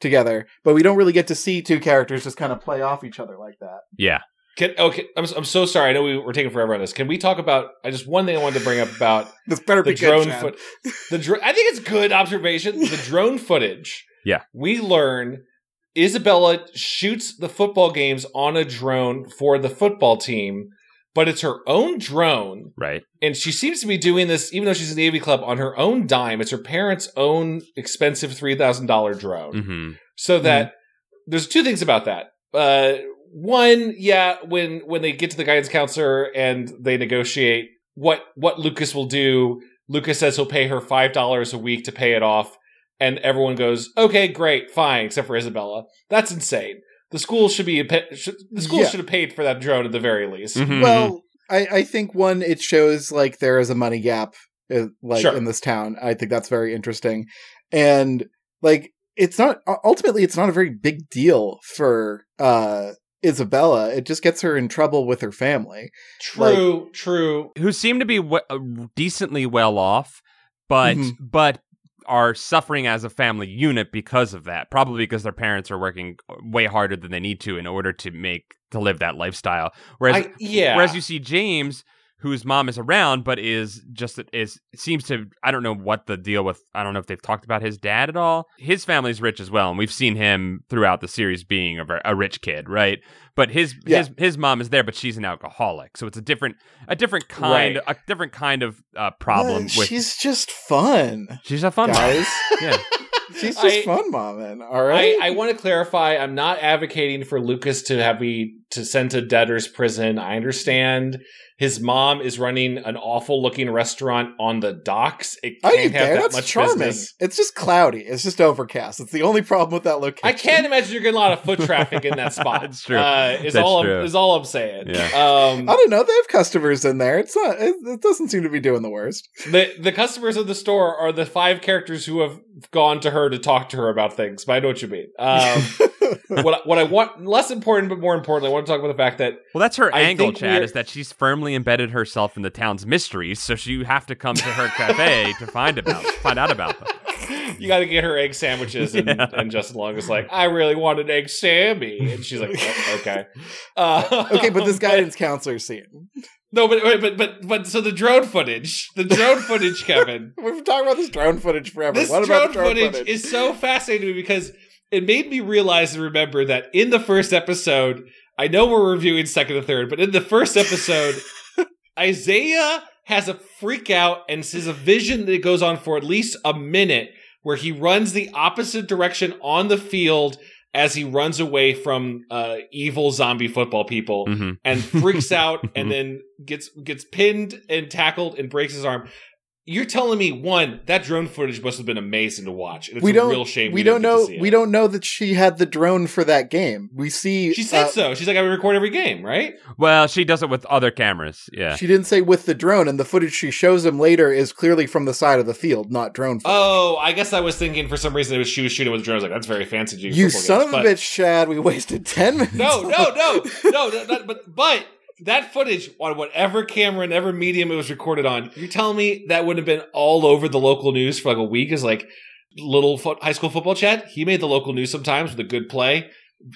S1: together. But we don't really get to see two characters just kind of play off each other like that.
S2: Yeah,
S3: Can, okay, I'm, I'm so sorry. I know we were taking forever on this. Can we talk about? I just one thing I wanted to bring up
S1: <laughs>
S3: about
S1: This better
S3: the
S1: be good.
S3: drone
S1: Chad.
S3: foot. The dr- I think it's
S1: <laughs>
S3: good observation. The drone footage.
S2: Yeah.
S3: we learn Isabella shoots the football games on a drone for the football team, but it's her own drone,
S2: right.
S3: and she seems to be doing this even though she's in the Navy Club on her own dime. It's her parents' own expensive three thousand dollar drone
S2: hmm
S3: so that there's two things about that. Uh, one, yeah, when when they get to the guidance counselor and they negotiate what what Lucas will do, Lucas says he'll pay her five dollars a week to pay it off, and everyone goes, okay, great, fine, except for Isabella. That's insane. The school should be pa- should, the school
S1: Yeah.
S3: should have paid for that drone at the very least.
S2: Mm-hmm.
S1: Well, I, I think one it shows like there is a money gap uh, like
S3: Sure.
S1: in this town. I think that's very interesting, and like it's not u- ultimately it's not a very big deal for uh Isabella. It just gets her in trouble with her family.
S3: True, true.
S2: who seem to be we- uh, decently well off, but
S1: Mhm.
S2: but are suffering as a family unit because of that. Probably because their parents are working way harder than they need to in order to make to live that lifestyle. Whereas
S3: I, yeah,
S2: whereas you see James whose mom is around but is just is seems to I don't know what the deal with I don't know if they've talked about his dad at all. His family's rich as well and we've seen him throughout the series being a, ver- a rich kid, right? But his
S1: Yeah.
S2: his his mom is there but she's an alcoholic. So it's a different a different kind
S3: Right.
S2: a different kind of uh, problem
S1: Yeah,
S2: with
S1: she's just fun,
S2: she's a fun mom.
S3: <laughs>
S1: guys.
S2: Yeah.
S1: she's just
S3: I-
S1: fun, mom. All right.
S3: I, I want to clarify. I'm not advocating for Lucas to have be to send to debtor's prison. I understand his mom is running an awful looking restaurant on the docks. It
S1: Are Oh, you
S3: can't have
S1: there?
S3: that
S1: That's
S3: much
S1: charming.
S3: business.
S1: It's just cloudy. It's just overcast. It's the only problem with that location.
S3: I can't imagine you're getting a lot of foot traffic in
S1: <laughs>
S3: that spot.
S2: That's true.
S3: Uh, is
S2: That's
S3: all
S2: true.
S3: I'm, is all I'm saying. Um,
S1: I don't know. They have customers in there. It's not. It, it doesn't seem to be doing the worst.
S3: the the customers of the store are the five characters who have gone to her to talk to her about things. But I know what you mean.
S1: <laughs>
S3: Um, what what I want less important, but more importantly, I want to talk about the fact that
S2: Well, that's her
S3: I
S2: angle,
S3: think
S2: Chad,
S3: we're-
S2: is that she's firmly embedded herself in the town's mysteries, so she, you have to come to her cafe to find about find out about
S3: <laughs>
S2: them.
S3: you got to get her egg
S1: <laughs>
S3: sandwiches. And,
S2: Yeah.
S3: and Justin Long is like, I really want an egg Sammy. And she's like, "Oh, okay. Uh,
S1: <laughs> okay,
S3: <laughs>
S1: but this guidance counselor scene.
S3: No, but, wait, but, but, but, so the drone footage, the
S1: <laughs>
S3: drone footage, Kevin.
S1: We've been talking about this drone footage forever.
S3: this
S1: what
S3: drone,
S1: about the drone
S3: footage,
S1: footage?
S3: is so fascinating to me because it made me realize and remember that in the first episode, I know we're reviewing second and third, but in the
S1: <laughs>
S3: first episode, Isaiah has a freak out and sees a vision that goes on for at least a minute where he runs the opposite direction on the field as he runs away from uh, evil zombie football people
S2: Mhm.
S3: and freaks out and then gets gets pinned and tackled and breaks his arm. You're telling me one that drone footage must have been amazing to watch. And it's
S1: we
S3: a
S1: don't.
S3: real shame
S1: we, don't
S3: didn't get to
S1: know.
S3: see it.
S1: We don't know that she had the drone for that game. We see.
S3: She said
S1: uh,
S3: so. She's like, I record every game, right?
S2: Well, she does it with other cameras. Yeah.
S1: She didn't say with the drone, and the footage she shows him later is clearly from the side of the field, not drone footage.
S3: Oh, I guess I was thinking for some reason it was she was shooting with a drone. I was like, that's very fancy. to do
S1: you
S3: football
S1: son
S3: games,
S1: of a
S3: but-
S1: bitch, Chad! We wasted ten minutes.
S3: No,
S1: on-
S3: no, no, no. That, that, but but that footage on whatever camera and every medium it was recorded on. You're telling me that would have been all over the local news for like a week? Is like Little foot, high school football chat. He made the local news sometimes with a good play.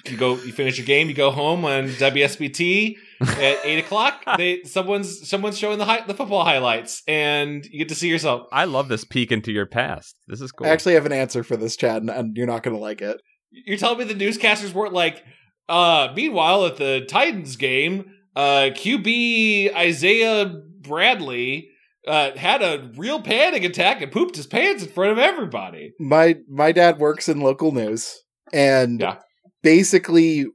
S3: You go, you finish your game, you go home on WSBT at eight o'clock. They someone's someone's showing the hi- the football highlights, and you get to see yourself.
S2: I love this peek into your past. This is
S1: <laughs>
S2: cool.
S1: I actually have an answer for this, Chad, and- and you're not going to like it.
S3: You're telling me the newscasters weren't like, uh, meanwhile, at the Titans game, uh, QB Isaiah Bradley uh, had a real panic attack and pooped his pants in front of everybody.
S1: my my dad works in local news and
S3: Yeah.
S1: basically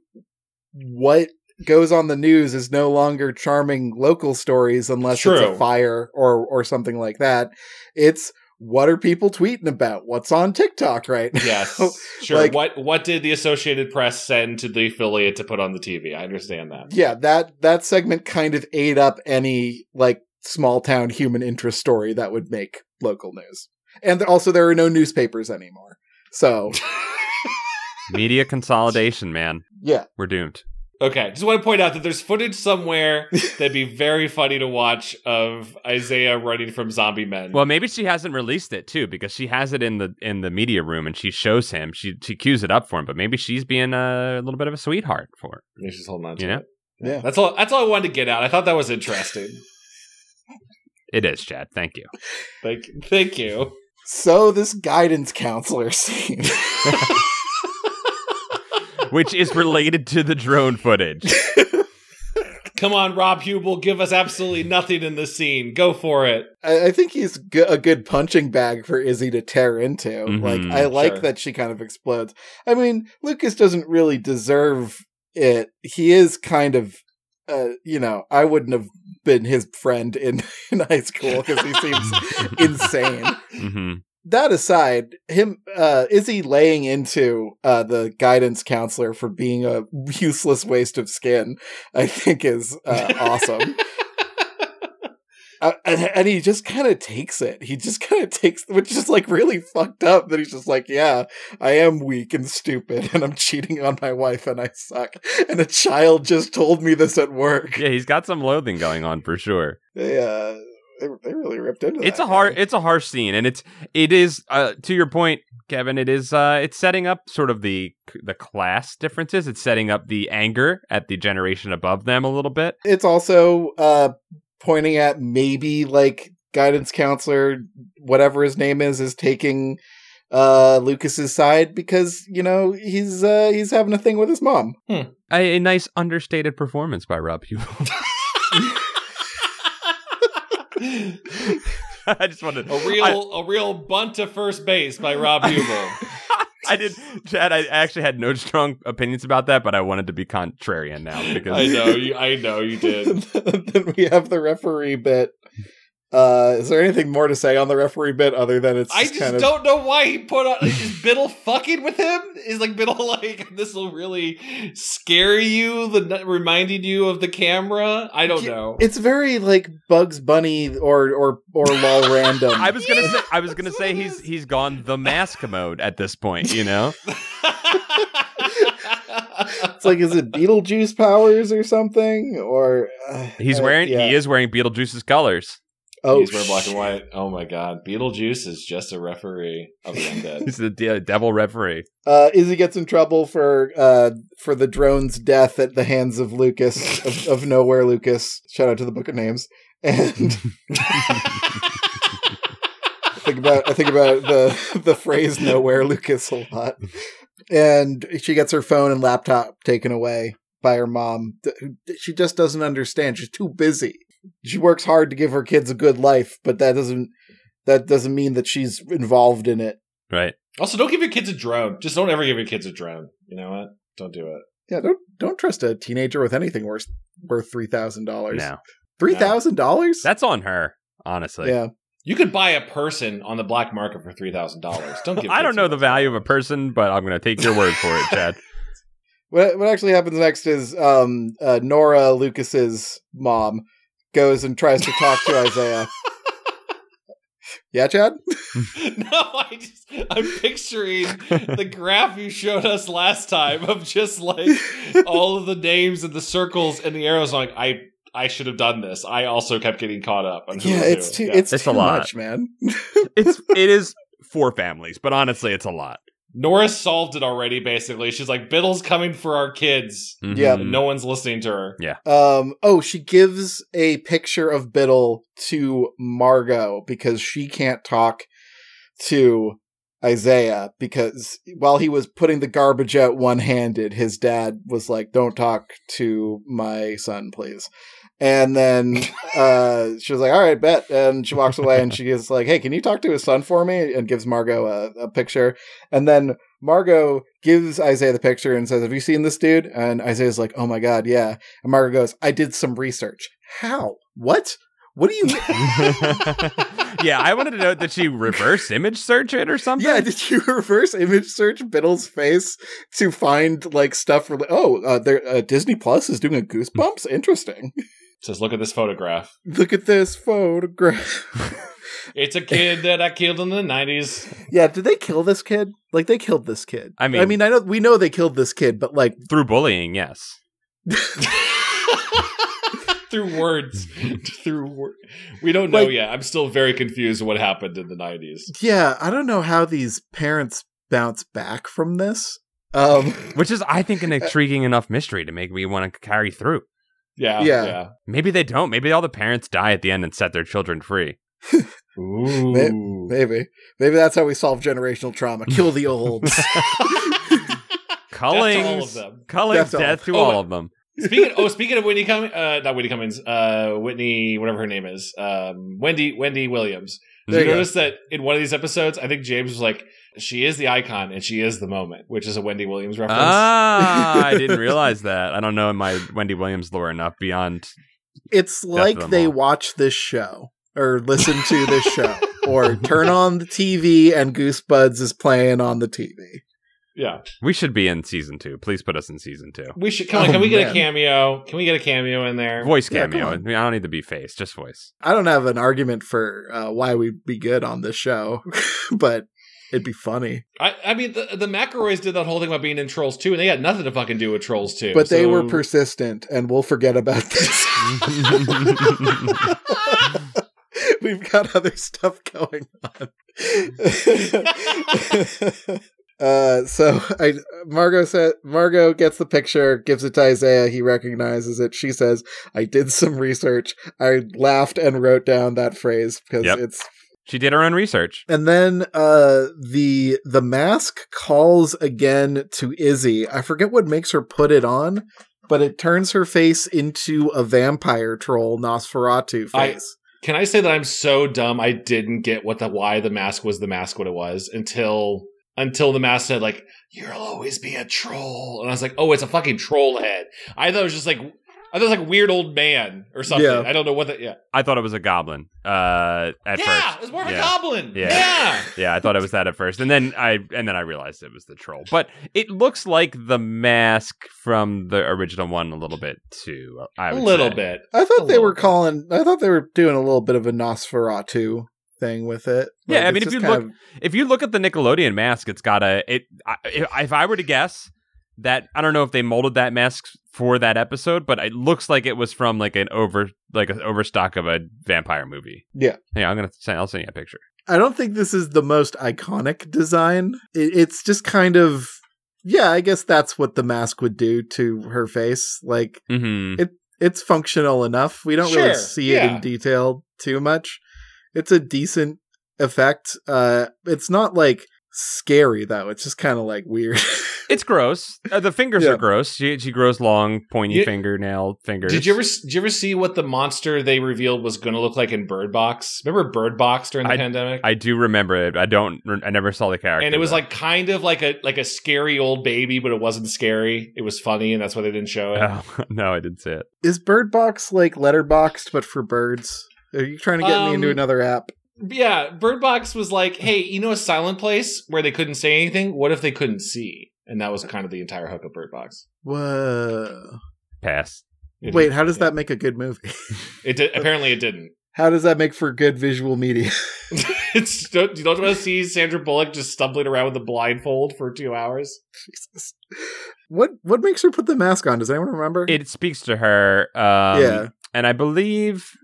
S1: what goes on the news is no longer charming local stories unless it's
S3: True.
S1: a fire or or something like that it's what are people tweeting about what's on tiktok right now? <laughs>
S3: Yes, sure.
S1: Like-
S3: what what did the Associated Press send to the affiliate to put on the TV? I understand that.
S1: yeah that that segment kind of ate up any like small town human interest story that would make local news and also there are no newspapers anymore
S3: <laughs>
S1: so
S2: Media consolidation, man.
S1: yeah
S2: We're doomed.
S3: Okay, just want to point out that there's
S1: <laughs>
S3: footage somewhere that'd be very funny to watch of Isaiah running from zombie men.
S2: Well, maybe she hasn't released it too because she has it in the in the media room and she shows him. She she cues it up for him, but maybe she's being a little bit of a sweetheart for it.
S3: Maybe she's holding on to
S2: You know?
S3: it.
S1: yeah
S3: That's all. That's all I wanted to get out. I thought that was interesting.
S2: It is, Chad. Thank you.
S3: Thank, thank you.
S1: so this guidance counselor <laughs> scene
S2: Which is related to the drone footage.
S3: Come on, Rob Hubel, give us absolutely nothing in this scene. Go for it.
S1: I, I think he's g- a good punching bag for Izzy to tear into.
S2: Mhm,
S1: like, I like
S3: sure.
S1: that she kind of explodes. I mean, Lucas doesn't really deserve it. He is kind of, uh, you know, I wouldn't have been his friend in, <laughs> in high school because he seems insane.
S2: hmm
S1: That aside, him uh, Izzy laying into uh, the guidance counselor for being a useless waste of skin, I think is uh,
S2: <laughs>
S1: awesome. Uh, and, and he just kind of takes it. He just kind of takes, which is like really fucked up. That he's just like, yeah, I am weak and stupid, and I'm cheating on my wife, and I suck. And a child just told me this at work.
S2: Yeah, he's got some loathing going on for sure.
S1: They, uh, they, they really ripped into
S2: it's
S1: that
S2: a hard
S1: guy.
S2: it's a harsh scene and it's it is uh, to your point kevin it is uh it's setting up sort of the the class differences it's setting up the anger at the generation above them a little bit
S1: It's also uh, pointing at maybe like guidance counselor, whatever his name is, is taking uh Lucas's side because you know he's uh he's having a thing with his mom.
S2: a, a nice understated performance by rob Hubel. <laughs> i just wanted
S3: A real, a real bunt to first base by Rob
S1: <laughs>
S3: Hubel.
S2: I, I did chad i actually had no strong opinions about that but i wanted to be contrarian now because
S3: I know, you, I know, you did.
S1: then we have the referee bit. Uh, is there anything more to say on the referee bit other than <laughs> it's
S3: I
S1: just
S3: just
S1: kind of-
S3: don't know why he put on. Like, is Biddle fucking with him? Is like Biddle <laughs> like this will really scare you? The reminding you of the camera? I don't
S1: Yeah,
S3: know. <laughs>
S1: It's very like Bugs Bunny or or or lol random.
S2: <laughs> I was gonna say I was
S3: Yes,
S2: gonna
S3: that's
S2: say
S3: what it
S2: he's
S3: is.
S2: he's gone the mask mode at this point, you know?
S1: It's like is it Beetlejuice powers or something or uh,
S2: He's
S1: uh,
S2: wearing
S1: yeah.
S2: he is wearing Beetlejuice's colors.
S1: oh
S3: He's wearing black and
S1: shit.
S3: white. Oh my god. Beetlejuice is just a referee of the undead.
S2: He's the de- devil referee.
S1: Uh, Izzy gets in trouble for uh for the drone's death at the hands of Lucas of, of nowhere Lucas. Shout out to the book of names and. think about I think about the the phrase nowhere Lucas a lot. And she gets her phone and laptop taken away by her mom. Th- who- She just doesn't understand. She's too busy. She works hard to give her kids a good life, but that doesn't that doesn't mean that she's involved in it.
S2: Right.
S3: also, don't give your kids a drone. Just don't ever give your kids a drone. You know what? Don't do it.
S1: Yeah, don't don't trust a teenager with anything worth worth three thousand dollars.
S2: No.
S1: Three thousand dollars?
S2: That's on her, honestly.
S1: Yeah.
S3: You could buy a person on the black market for three thousand dollars. Don't
S2: <laughs>
S3: give.
S2: I don't
S3: kids
S2: know
S3: a- <laughs>
S2: the value of a person, but I'm going to take your word for it,
S1: <laughs>
S2: Chad.
S1: What what actually happens next is um uh, Nora Lucas's mom goes and tries to talk
S2: <laughs>
S1: to Isaiah. Yeah, Chad.
S3: No, I just I'm picturing
S2: <laughs>
S3: the graph you showed us last time of just like all of the names and the circles and the arrows. Like I I should have done this. I also kept getting caught up. on who
S1: Yeah,
S3: was
S1: it's
S3: who.
S1: too
S3: Yeah.
S1: it's
S2: It's
S1: too
S2: a lot.
S1: much, man.
S2: It's it is four families, but honestly, it's a lot.
S3: Norris solved it already, basically. She's like, Biddle's coming for our kids.
S2: Mm-hmm.
S1: Yeah.
S2: Mm. <laughs>
S3: And no one's listening to her.
S1: Um, oh, she gives a picture of Biddle to Margot because she can't talk to Isaiah because while he was putting the garbage out one handed, his dad was like, Don't talk to my son, please. And then uh, she was like, All right, bet. And she walks away and she is like, Hey, can you talk to his son for me? And gives Margot a, a picture. And then Margot gives Isaiah the picture and says, Have you seen this dude? And Isaiah's like, Oh my God, yeah. And Margot goes, I did some research. How? What? What do you <laughs>
S2: yeah, I wanted to note that she reverse image search it or something.
S1: Yeah, did you reverse image search Biddle's face to find like stuff? Rela- oh, uh, there, uh, Disney Plus is doing a Goosebumps. Interesting. <laughs>
S3: Says, look at this photograph.
S1: Look at this photograph.
S3: It's a kid that I killed in the 90s.
S1: <laughs> yeah, did they kill this kid? Like they killed this kid.
S2: I mean-
S1: I mean, I know we know they killed this kid, but like,
S2: Through bullying, yes.
S3: Through words. <laughs> Through wor- We don't know
S1: Like-
S3: yet. I'm still very confused what happened in the 90s.
S1: yeah, I don't know how these parents bounce back from this. Um, <laughs>
S2: Which is, I think, an intriguing enough mystery to make me want to carry through.
S3: Yeah.
S1: Yeah.
S2: Maybe they don't. Maybe all the parents die at the end and set their children free.
S3: Ooh.
S1: maybe, maybe that's how we solve generational trauma: kill <laughs> the
S2: <laughs>
S1: olds.
S2: Culling's,
S3: all of them.
S1: Death
S2: Culling's
S1: to all
S2: death
S1: of
S2: to
S3: them. Oh,
S2: all of them.
S3: speaking oh, speaking of Whitney Cummings, uh, not Whitney Cummings, uh, Whitney, whatever her name is, um, Wendy, Wendy Williams.
S1: There you
S3: Did you
S1: go.
S3: notice that in one of these episodes, I think James was like, "She is the icon and she is the moment," which is a Wendy Williams reference.
S2: Ah,
S1: <laughs>
S2: I didn't realize that. I don't know my Wendy Williams lore enough beyond.
S1: It's like
S2: them
S1: they
S2: all.
S1: watch this show or listen to this show or turn on the TV and Goosebuds is playing on the TV.
S3: yeah,
S2: We should be in season two. Please put us in season two.
S3: we should come on.
S1: Oh,
S3: Can we get
S1: man.
S3: a cameo? Can we get a cameo in there?
S2: Voice
S1: Yeah,
S2: cameo.
S1: come
S2: I
S1: on.
S2: mean, I don't need to be face, just
S3: <laughs>
S2: voice. <laughs>
S1: I don't have an argument for uh, why we'd be good on this show, <laughs> but it'd be funny.
S3: I, I mean, the, the McElroys did that whole thing about being in Trolls 2, and they had nothing to fucking do with Trolls 2.
S1: But they
S3: so-
S1: were persistent, and we'll forget about this. <laughs> We've got other stuff going on. <laughs> uh, so I Margot said Margot gets the picture, gives it to Isaiah. He recognizes it. She says, "I did some research. I laughed and wrote down that phrase because
S2: Yep.
S1: it's."
S2: she did her own research.
S1: And then uh, the the mask calls again to Izzy. I forget what makes her put it on. But it turns her face into a vampire troll Nosferatu face.
S3: I- Can I say that I'm so dumb? I didn't get what the why the mask was the mask what it was until until the mask said like you'll always be a troll, and I was like, oh, it's a fucking troll head. I thought it was just like I thought it was like weird old man or something.
S1: Yeah.
S3: I don't know what that. Yeah,
S2: I thought it was a goblin uh, at
S3: yeah,
S2: first.
S3: it was more of
S2: Yeah.
S3: a goblin.
S2: Yeah.
S3: Yeah.
S2: Yeah, I thought it was that at first, and then I and then I realized it was the troll. But it looks like the mask from the original one a little bit too. I
S3: a
S2: would
S3: little
S2: say.
S3: bit.
S1: I
S3: A
S1: thought they
S3: little
S1: were
S3: bit.
S1: calling. I thought they were doing a little bit of a Nosferatu thing with it.
S2: Yeah, I mean,
S1: it's
S2: if
S1: just
S2: you
S1: kind of-
S2: If you look at the Nickelodeon mask, it's got a it. I, if if I were to guess, that I don't know if they molded that mask for that episode, but it looks like it was from like an over like an overstock of a vampire movie.
S1: Yeah.
S2: yeah. I'm gonna send. I'll send you a picture.
S1: I don't think this is the most iconic design. It, it's just kind of, yeah, I guess that's what the mask would do to her face. Like,
S2: hmm
S1: it's functional enough. We don't
S3: Sure,
S1: really see it
S3: yeah.
S1: in detail too much. It's a decent effect. Uh, it's not like scary though. It's just kind of like weird. <laughs>
S2: It's gross. Uh, the fingers
S1: Yeah.
S2: are gross. She she grows long, pointy
S3: You-
S2: fingernail fingers.
S3: Did you ever did you ever see what the monster they revealed was going to look like in Bird Box? Remember Bird Box during the
S2: I-
S3: pandemic?
S2: I do remember it. I don't. I never saw the character.
S3: and it was
S2: though.
S3: like kind of like a like a scary old baby, but it wasn't scary. It was funny, and that's why they didn't show it.
S2: Oh, <laughs> no, I didn't see it.
S1: Is Bird Box like letterboxed but for birds? Are you trying to get me into
S3: Um,
S1: another app?
S3: Yeah, Bird Box was like, hey, you know, a silent place where they couldn't say anything. What if they couldn't see? And that was kind of the entire hook of Bird Box.
S1: Whoa.
S2: Pass.
S3: It-
S1: Wait, how does
S3: yeah.
S1: that make a good movie? <laughs>
S3: It did, apparently it didn't. <laughs>
S1: How does that make for good visual media? <laughs>
S3: it's don't, you don't want to see Sandra Bullock just stumbling around with a blindfold for two hours.
S1: Jesus. What what makes her put the mask on? Does anyone remember?
S2: It speaks to her. Um,
S1: yeah.
S2: and I believe <sighs>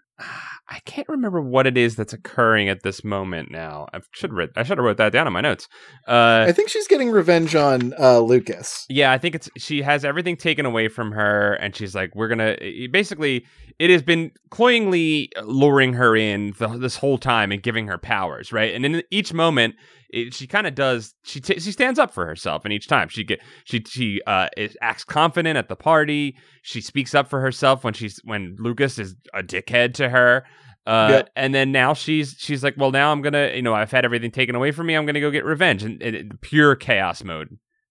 S2: I can't remember what it is that's occurring at this moment now. I should writ- I should have wrote that down in my notes. Uh,
S1: I think she's getting revenge on uh, Lucas.
S2: yeah, I think it's she has everything taken away from her, and she's like, "We're gonna." i- Basically, it has been cloyingly luring her in the, this whole time and giving her powers, right? And in each moment, it, she kind of does. She t- she stands up for herself, and each time she get she she uh, is, acts confident at the party. She speaks up for herself when she's when Lucas is a dickhead to her. Uh,
S1: Yep.
S2: And then now she's she's like, well, now I'm gonna, you know, I've had everything taken away from me. I'm gonna go get revenge, and, and it- pure chaos mode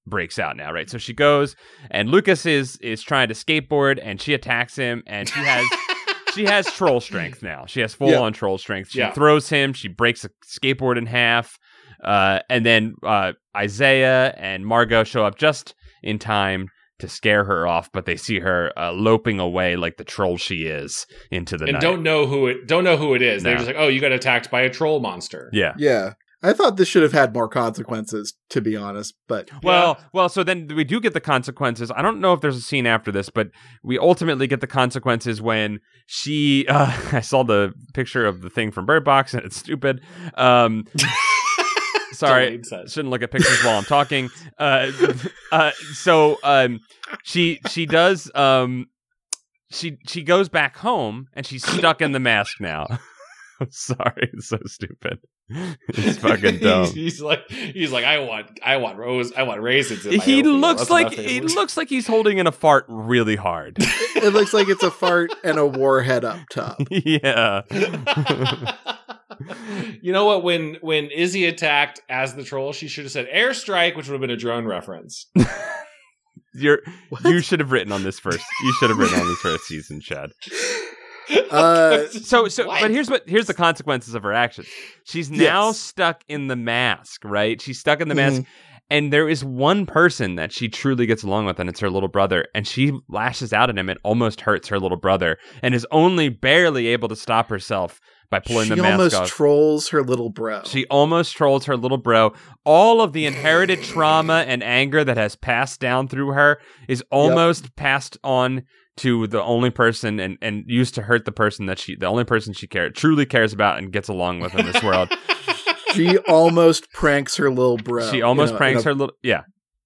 S2: breaks out now, right? So she goes, and Lucas is is trying to skateboard, and she attacks him, and she has she has troll strength now. She has full
S1: Yeah.
S2: on troll strength. She
S3: Yeah.
S2: throws him. She breaks a skateboard in half. Uh, and then uh, Isaiah and Margot show up just in time to scare her off, but they see her uh, loping away like the troll she is into <laughs> the
S3: and
S2: night.
S3: don't know who it don't know who it is. They're
S2: No.
S3: just like, oh, you got attacked by a troll monster.
S2: yeah.
S1: Yeah. I thought this should have had more consequences, to be honest, but
S2: Well, well, so then we do get the consequences. I don't know if there's a scene after this, but we ultimately get the consequences when she. <laughs> Uh, I saw the picture of the thing from Bird Box, and it's stupid.
S3: <laughs>
S2: Um, sorry,
S3: Delayed says.
S2: shouldn't look at pictures while I'm talking. Uh, uh, so um, she she does um, she she goes back home and she's stuck in the mask now. <laughs> I'm sorry, it's so stupid. It's
S3: <laughs>
S2: fucking dumb.
S3: he's, he's like, he's like, I want, I want rose, I want raisins. In my
S2: He
S3: oatmeal."
S2: looks
S3: That's what
S2: like
S3: that
S2: he
S3: face
S2: looks like he's holding in a fart really hard. <laughs>
S1: it looks like it's a fart and a warhead up
S2: <laughs>
S1: top.
S3: <laughs>
S2: yeah. <laughs>
S3: looks. <laughs> you know what? When when Izzy attacked as the troll, she should have said airstrike, which would have been a drone reference. <laughs>
S2: You're
S1: What?
S2: you should have written on this first. You should have written on this first season, Chad.
S1: Uh,
S2: So so
S3: What?
S2: but here's what here's the consequences of her actions. She's now
S1: Yes.
S2: stuck in the mask, right? She's stuck in the mask
S1: Mm-hmm.
S2: and there is one person that she truly gets along with and it's her little brother and she lashes out at him and almost hurts her little brother and is only barely able to stop herself by pulling
S1: she
S2: the mask
S1: almost
S2: off.
S1: trolls her little bro.
S2: She almost trolls her little bro. All of the inherited trauma and anger that has passed down through her is almost passed on to the only person and, and used to hurt the person that she the only person she care, truly cares about and gets along
S1: <laughs>
S2: with in this world.
S1: <laughs> She almost pranks her little bro.
S2: she almost
S1: in a-
S2: pranks
S1: in a,
S2: her little yeah,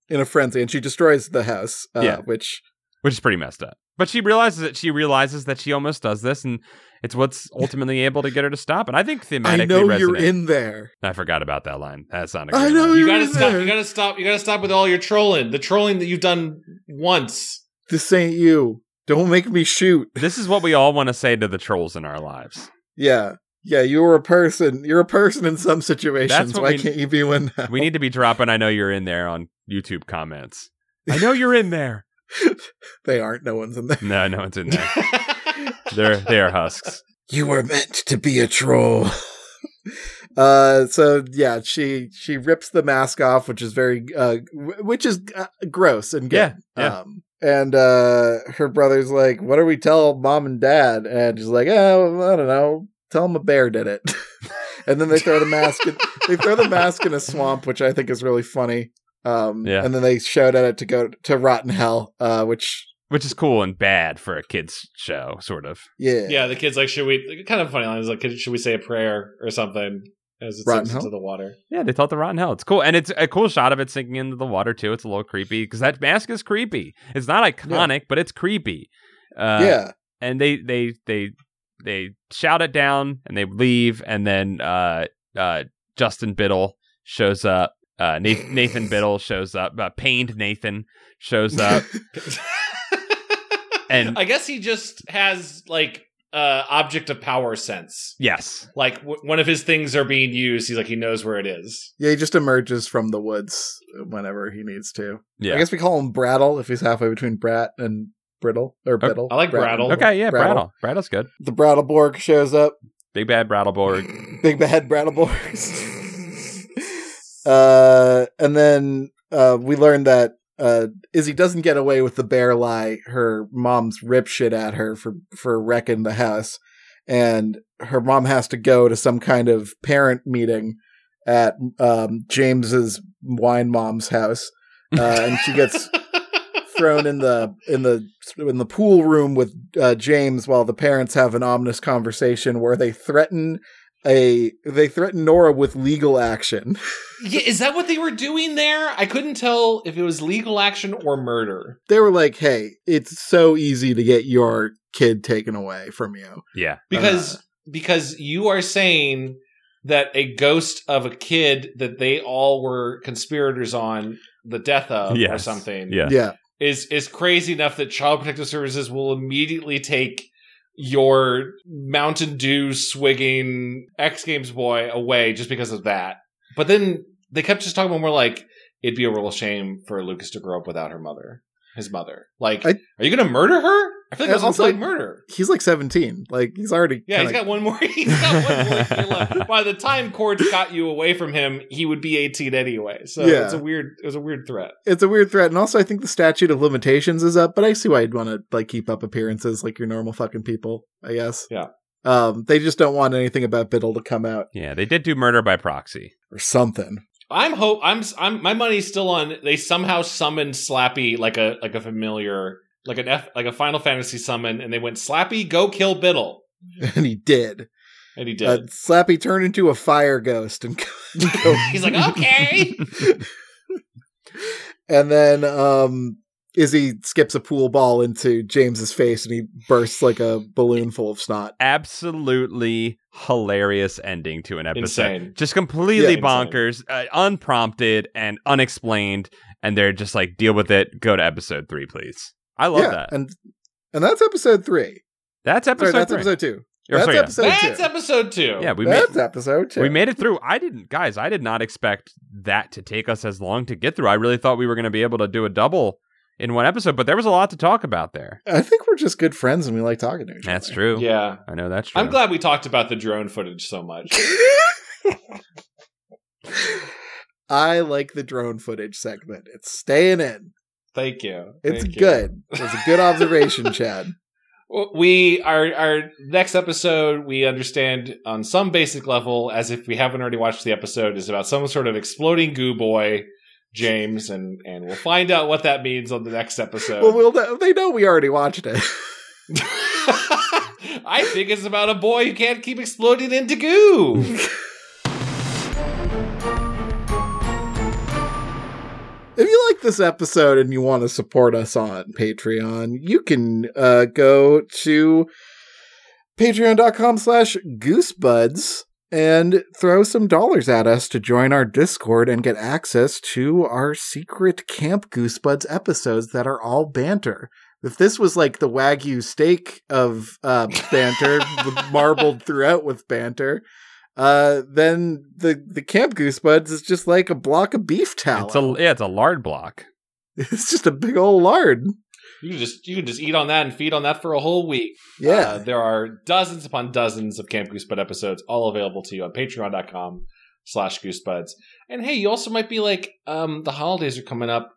S1: in a frenzy, and she destroys the house. Uh,
S2: Yeah.
S1: which
S2: which is pretty messed up. But she realizes it. She realizes that she almost does this, and
S1: <laughs>
S2: it's what's ultimately able to get her to stop. And I think thematically
S1: I know
S2: resonant.
S1: you're in there.
S2: I forgot about that line. That's not a good
S1: I
S2: line.
S1: know
S3: you
S1: you're
S3: gotta
S1: in
S3: stop.
S1: there.
S3: You gotta stop. You gotta stop with all your trolling. The trolling that you've done
S2: <laughs>
S3: once.
S1: This ain't you. Don't make me shoot.
S2: This is what we all want to say to the trolls in our lives.
S1: Yeah, yeah. You were a person. You're a person in some situations.
S2: what
S1: Why
S2: we-
S1: can't you be one now?
S2: We need to be dropping I know you're in there on YouTube comments. I know you're in there.
S1: <laughs> they aren't. No one's in there.
S2: No, no one's in there. They're they are husks.
S1: You were meant to be a troll. <laughs> uh so yeah she she rips the mask off which is very uh w- which is uh, gross and good.
S2: <laughs> Yeah, yeah.
S1: um and uh her brother's like what do we tell mom and dad and she's like oh i don't know tell them a bear did it <laughs> and then they throw the mask in, they throw the mask in a swamp which i think is really funny um
S2: Yeah.
S1: and then they shout at it to go to rotten hell uh which
S2: Which is cool and bad for a kids show, sort of.
S1: yeah
S3: yeah, the kid's like, should we? Kind of funny lines like, should we say a prayer or something as it
S1: Rotten
S3: sinks
S1: hell?
S3: into
S2: <laughs>
S3: the water?
S2: Yeah, they thought the rotten hell. It's cool, and it's a cool shot of it sinking into the water too. It's a little creepy because that mask is creepy. It's not iconic, but it's creepy. Uh,
S1: yeah
S2: and they they they they shout it down and they leave and then uh uh Justin Biddle shows up uh Nathan, Nathan Biddle shows up uh, pained Nathan
S1: <laughs>
S2: shows up And-
S3: I guess he just has like uh object of power sense.
S2: yes
S3: Like w- one of his things are being used, he's like he knows where it is.
S1: Yeah, he just emerges from the woods whenever he needs to.
S2: yeah
S1: I guess we call him Brattle if he's halfway between Brat and Brittle or
S2: Okay,
S1: Biddle.
S3: I like Brattle.
S2: okay yeah Brattle
S1: Brattle.
S2: Brattle's good
S1: The Brattleborg shows up.
S2: big bad Brattleborg
S1: Big bad Brattleborgs. uh, and then uh, we learn that uh, Izzy doesn't get away with the bear lie. Her mom's rip shit at her for for wrecking the house, and her mom has to go to some kind of parent meeting at um, James's wine mom's house, uh, and she gets thrown in the in the in the pool room with uh, James while the parents have an ominous conversation where they threaten a they threaten Nora with legal action.
S3: <laughs>
S1: <laughs>
S3: Yeah, is that what they were doing there? I couldn't tell if it was legal action or murder.
S1: They were like, "Hey, it's so easy to get your kid taken away from you."
S2: Yeah.
S3: Because because you are saying that a ghost of a kid that they all were conspirators on the death of or
S2: Yes.
S3: Uh, something
S2: Yeah.
S1: Yeah.
S3: is is crazy enough that child protective services will immediately take your mountain dew swigging x games boy away just because of that but then they kept just talking about more like it'd be a real shame for lucas to grow up without her mother his mother like
S1: I-
S3: are you gonna murder her i feel like
S1: And
S3: that's
S1: also-
S3: also like murder
S1: He's like 17. Like he's already
S3: yeah he's
S1: kinda-
S3: got one more <laughs> he's got one more year left by the time cords got you away from him he would be 18 anyway so
S1: Yeah.
S3: it's a weird it was a weird threat
S1: it's a weird threat and also I think the statute of limitations is up, but I see why you'd want to like keep up appearances like your normal fucking people, I guess.
S3: Yeah.
S1: Um they just don't want anything about Biddle to come out
S2: Yeah. They did do murder by proxy.
S1: or something. <laughs>
S3: I'm hope I'm I'm my money's still on they somehow summoned Slappy like a like a familiar like an F like a Final Fantasy summon and they went Slappy go kill Biddle
S1: And he did.
S3: and he did.
S1: Uh, Slappy turned into a fire ghost and <laughs>
S3: <laughs> He's like okay.
S1: and then um Izzy skips a pool ball into James's face and he bursts like a balloon full of snot.
S2: Absolutely hilarious ending to an episode.
S3: Insane.
S2: Just completely
S3: Yeah, insane.
S2: bonkers, uh, unprompted and unexplained. And they're just like, deal with it. Go to episode three, please. I love that.
S1: And and that's episode three.
S2: That's episode
S1: Sorry, that's
S2: three.
S1: episode two.
S2: Or
S1: That's
S2: sorry, yeah.
S1: episode
S3: That's
S1: two.
S3: episode 2.
S2: yeah, we made
S1: that's episode two.
S2: We made it through. I didn't, guys. I did not expect that to take us as long to get through. I really thought we were going to be able to do a double in one episode, but there was a lot to talk about there.
S1: I think we're just good friends and we like talking to each other.
S2: That's true.
S3: Yeah.
S2: I know that's true.
S3: I'm glad we talked about the drone footage so much.
S1: <laughs> I like the drone footage segment. It's staying in.
S3: Thank you.
S1: It's
S3: Thank you.
S1: good. It's a good observation,
S2: <laughs>
S1: Chad.
S3: We our our next episode we understand on some basic level as if we haven't already watched the episode is about some sort of exploding goo boy James and and we'll find out what that means on the next episode.
S1: Well, we'll know, they know we already watched it.
S3: <laughs> I think it's about a boy who can't keep exploding into goo.
S1: <laughs> If you like this episode and you want to support us on Patreon, you can uh, go to patreon.com slash goosebuds and throw some dollars at us to join our Discord and get access to our secret Camp Goosebuds episodes that are all banter. If this was like the Wagyu steak of uh,
S2: <laughs>
S1: banter, marbled throughout with banter, uh, then the, the Camp Goosebuds is just like a block of beef tallow.
S2: It's a yeah, it's a lard block.
S1: <laughs> It's just a big old lard.
S3: You can just you can just eat on that and feed on that for a whole week.
S1: Yeah.
S3: Uh, there are dozens upon dozens of Camp Goosebud episodes, all available to you on patreon.com slash goosebuds. And hey, you also might be like, um, the holidays are coming up.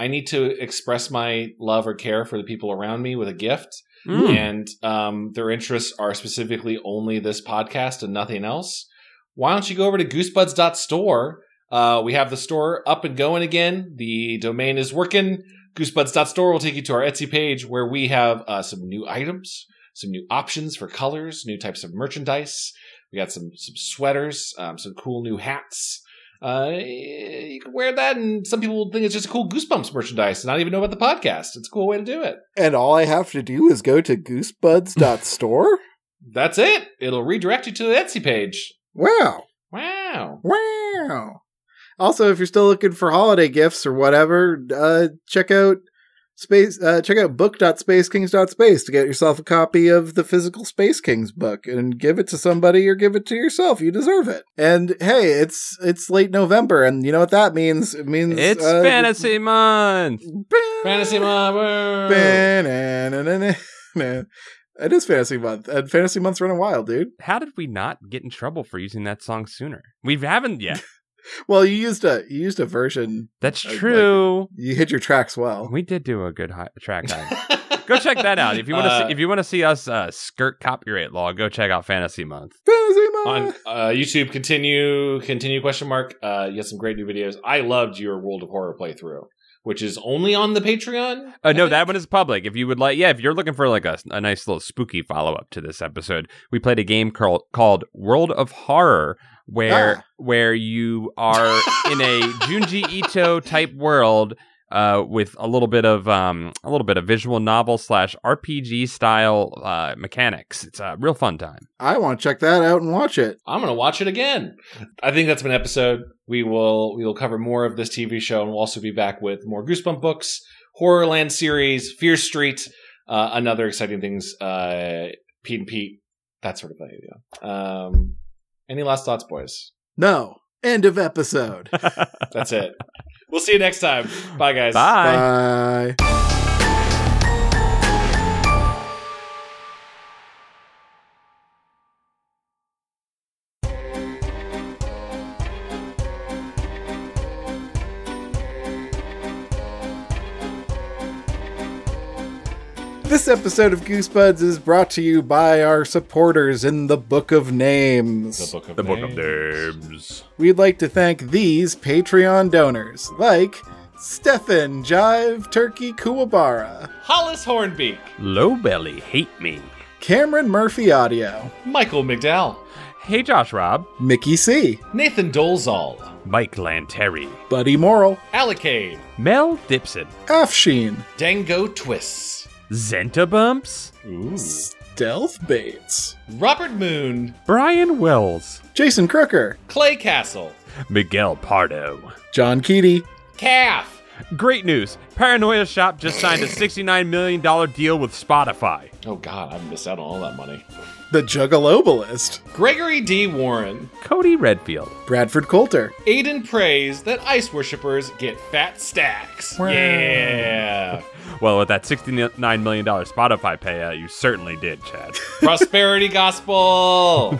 S3: I need to express my love or care for the people around me with a gift.
S2: Mm.
S3: And um, their interests are specifically only this podcast and nothing else. Why don't you go over to goosebuds.store? Uh, we have the store up and going again. The domain is working. Goosebuds.store will take you to our Etsy page where we have uh, some new items, some new options for colors, new types of merchandise. We got some some sweaters, um, some cool new hats. Uh, you can wear that, and some people will think it's just cool Goosebumps merchandise and not even know about the podcast. It's a cool way to do it.
S1: And all I have to do is go to goosebuds.store?
S3: That's it. It'll redirect you to the Etsy page.
S1: wow.
S3: Wow.
S1: Wow. Also, if you're still looking for holiday gifts or whatever, uh, check out space uh, check out book.spacekings.space to get yourself a copy of the physical Space Kings book and give it to somebody or give it to yourself. You deserve it. And hey, it's it's late November and you know what that means? It means
S2: It's
S1: uh,
S2: fantasy month.
S3: Fantasy Mob. <laughs> woo.
S1: Ba-na-na-na-na. It is fantasy month, and fantasy month's running wild, dude.
S2: How did we not get in trouble for using that song sooner? We haven't yet.
S1: Well, you used a you used a version.
S2: That's
S1: I like "Oh."
S2: true.
S1: You hit your tracks well.
S2: We did do a good hi-
S1: <laughs>
S2: track. hide. go check that out if you want to.
S3: Uh,
S2: see, if you want to see us uh, skirt copyright law, go check out Fantasy Month.
S1: Fantasy
S3: on
S1: month.
S3: uh, YouTube, continue, continue question mark. Uh, you got some great new videos. I loved your World of Horror playthrough, which is only on the Patreon.
S2: Uh, no, that one is public. If you would like, yeah, if you're looking for like a, a nice little spooky follow up to this episode, we played a game called called World of Horror, where
S1: Ah.
S2: where you
S1: <laughs>
S2: are in a Junji Ito type world. Uh, with a little bit of um, a little bit of visual novel slash RPG style uh, mechanics, it's a real fun time.
S1: <laughs> I want to check that out and watch it.
S3: I'm gonna watch it again. I think that's been an episode. We will we will cover more of this TV show, and we'll also be back with more Goosebump books, Horrorland series, Fear Street, uh, and other exciting things. Uh, Pete and Pete, that sort of thing. yeah. Um, any last thoughts, boys?
S1: No. End of episode.
S3: That's it. <laughs> we'll see you next time. Bye, guys.
S2: Bye.
S1: Bye. This episode of Goosebuds is brought to you by our supporters in the Book of Names.
S3: The book of
S2: The book of
S3: Names.
S2: names.
S1: We'd like to thank these Patreon donors, like Stefan Jive Turkey Kuwabara,
S3: Hollis Hornbeak,
S2: Low belly hate me.
S1: Cameron Murphy Audio,
S3: Michael McDowell,
S2: Hey, Josh, Rob,
S1: Mickey C,
S3: Nathan Dolezal,
S2: Mike Lanteri,
S1: Buddy Morrill,
S3: Allocade,
S2: Mel Dipson,
S1: Afshin,
S3: Dango Twists,
S2: Zenta bumps.
S1: Stealth Bates,
S3: Robert Moon,
S2: Brian Wells,
S1: Jason Crooker,
S3: Clay Castle,
S2: Miguel Pardo.
S1: John Keaty,
S3: Calf.
S2: Great news! Paranoia Shop just signed a $69 million deal with Spotify.
S3: Oh God, I missed out on all that money.
S1: The Juggalobalist,
S3: Gregory D. Warren,
S2: Cody Redfield.
S1: Bradford Coulter,
S3: Aiden prays that ice worshippers get fat stacks.
S1: Wow.
S3: Yeah.
S2: Well, with that $69 million Spotify payout, you certainly did, Chad.
S3: Prosperity gospel.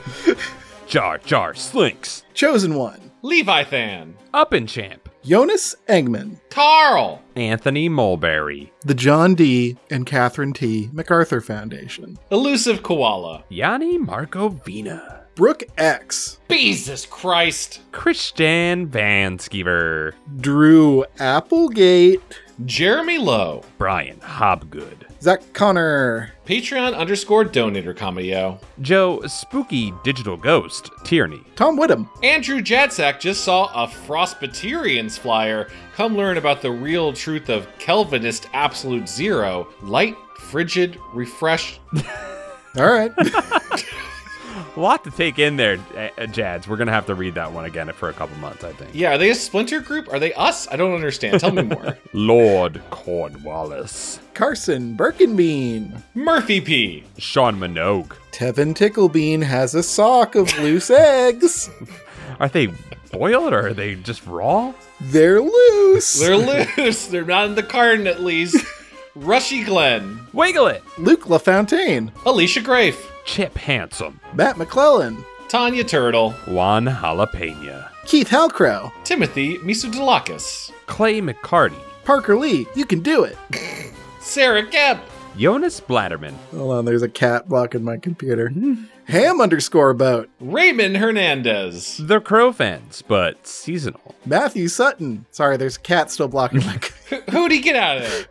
S2: Jar Jar Slinks.
S1: Chosen One,
S3: Leviathan.
S2: Up and Champ.
S1: Jonas Engman,
S3: Carl.
S2: Anthony Mulberry.
S1: the John D. and Catherine T. MacArthur Foundation,
S3: Elusive koala.
S2: Yanni Markovina.
S1: Brooke X,
S3: Jesus Christ.
S2: Christian Vanskever.
S1: Drew Applegate,
S3: Jeremy Lowe.
S2: Brian Hobgood.
S1: Zach Connor,
S3: Patreon underscore donator comedy.
S2: Joe Spooky Digital Ghost. Tierney.
S1: Tom Whittem,
S3: Andrew Jadsack just saw a Frostbaterian's flyer. Come learn about the real truth of Calvinist absolute zero. Light, frigid, refreshed.
S1: All right.
S2: A lot to take in there, uh, uh, Jads. We're gonna have to read that one again for a couple months, I think.
S3: Yeah, are they a splinter group? Are they us? I don't understand. Tell me more.
S2: Lord Cornwallis,
S1: Carson Birkenbean.
S3: Murphy P.
S2: Sean Minogue.
S1: Tevin Ticklebean has a sock of loose eggs.
S2: Are they boiled or are they just raw?
S1: They're loose.
S3: They're loose. They're not in the carton, at least. Rushy Glenn.
S2: Wiggle it.
S1: Luke LaFontaine,
S3: Alicia Grafe.
S2: Chip Handsome,
S1: Matt McClellan,
S3: Tanya Turtle.
S2: Juan Jalapena,
S1: Keith Halcrow,
S3: Timothy Misodilakis.
S2: Clay McCarty,
S1: Parker Lee. You can do it.
S3: Sarah Gep.
S2: Jonas Blatterman,
S1: Hold on, there's a cat blocking my computer. Ham underscore boat,
S3: Raymond Hernandez.
S2: the Crow fans, but seasonal.
S1: Matthew Sutton. Sorry, there's a cat still blocking my. co-
S3: Who- Who'd he get out of there?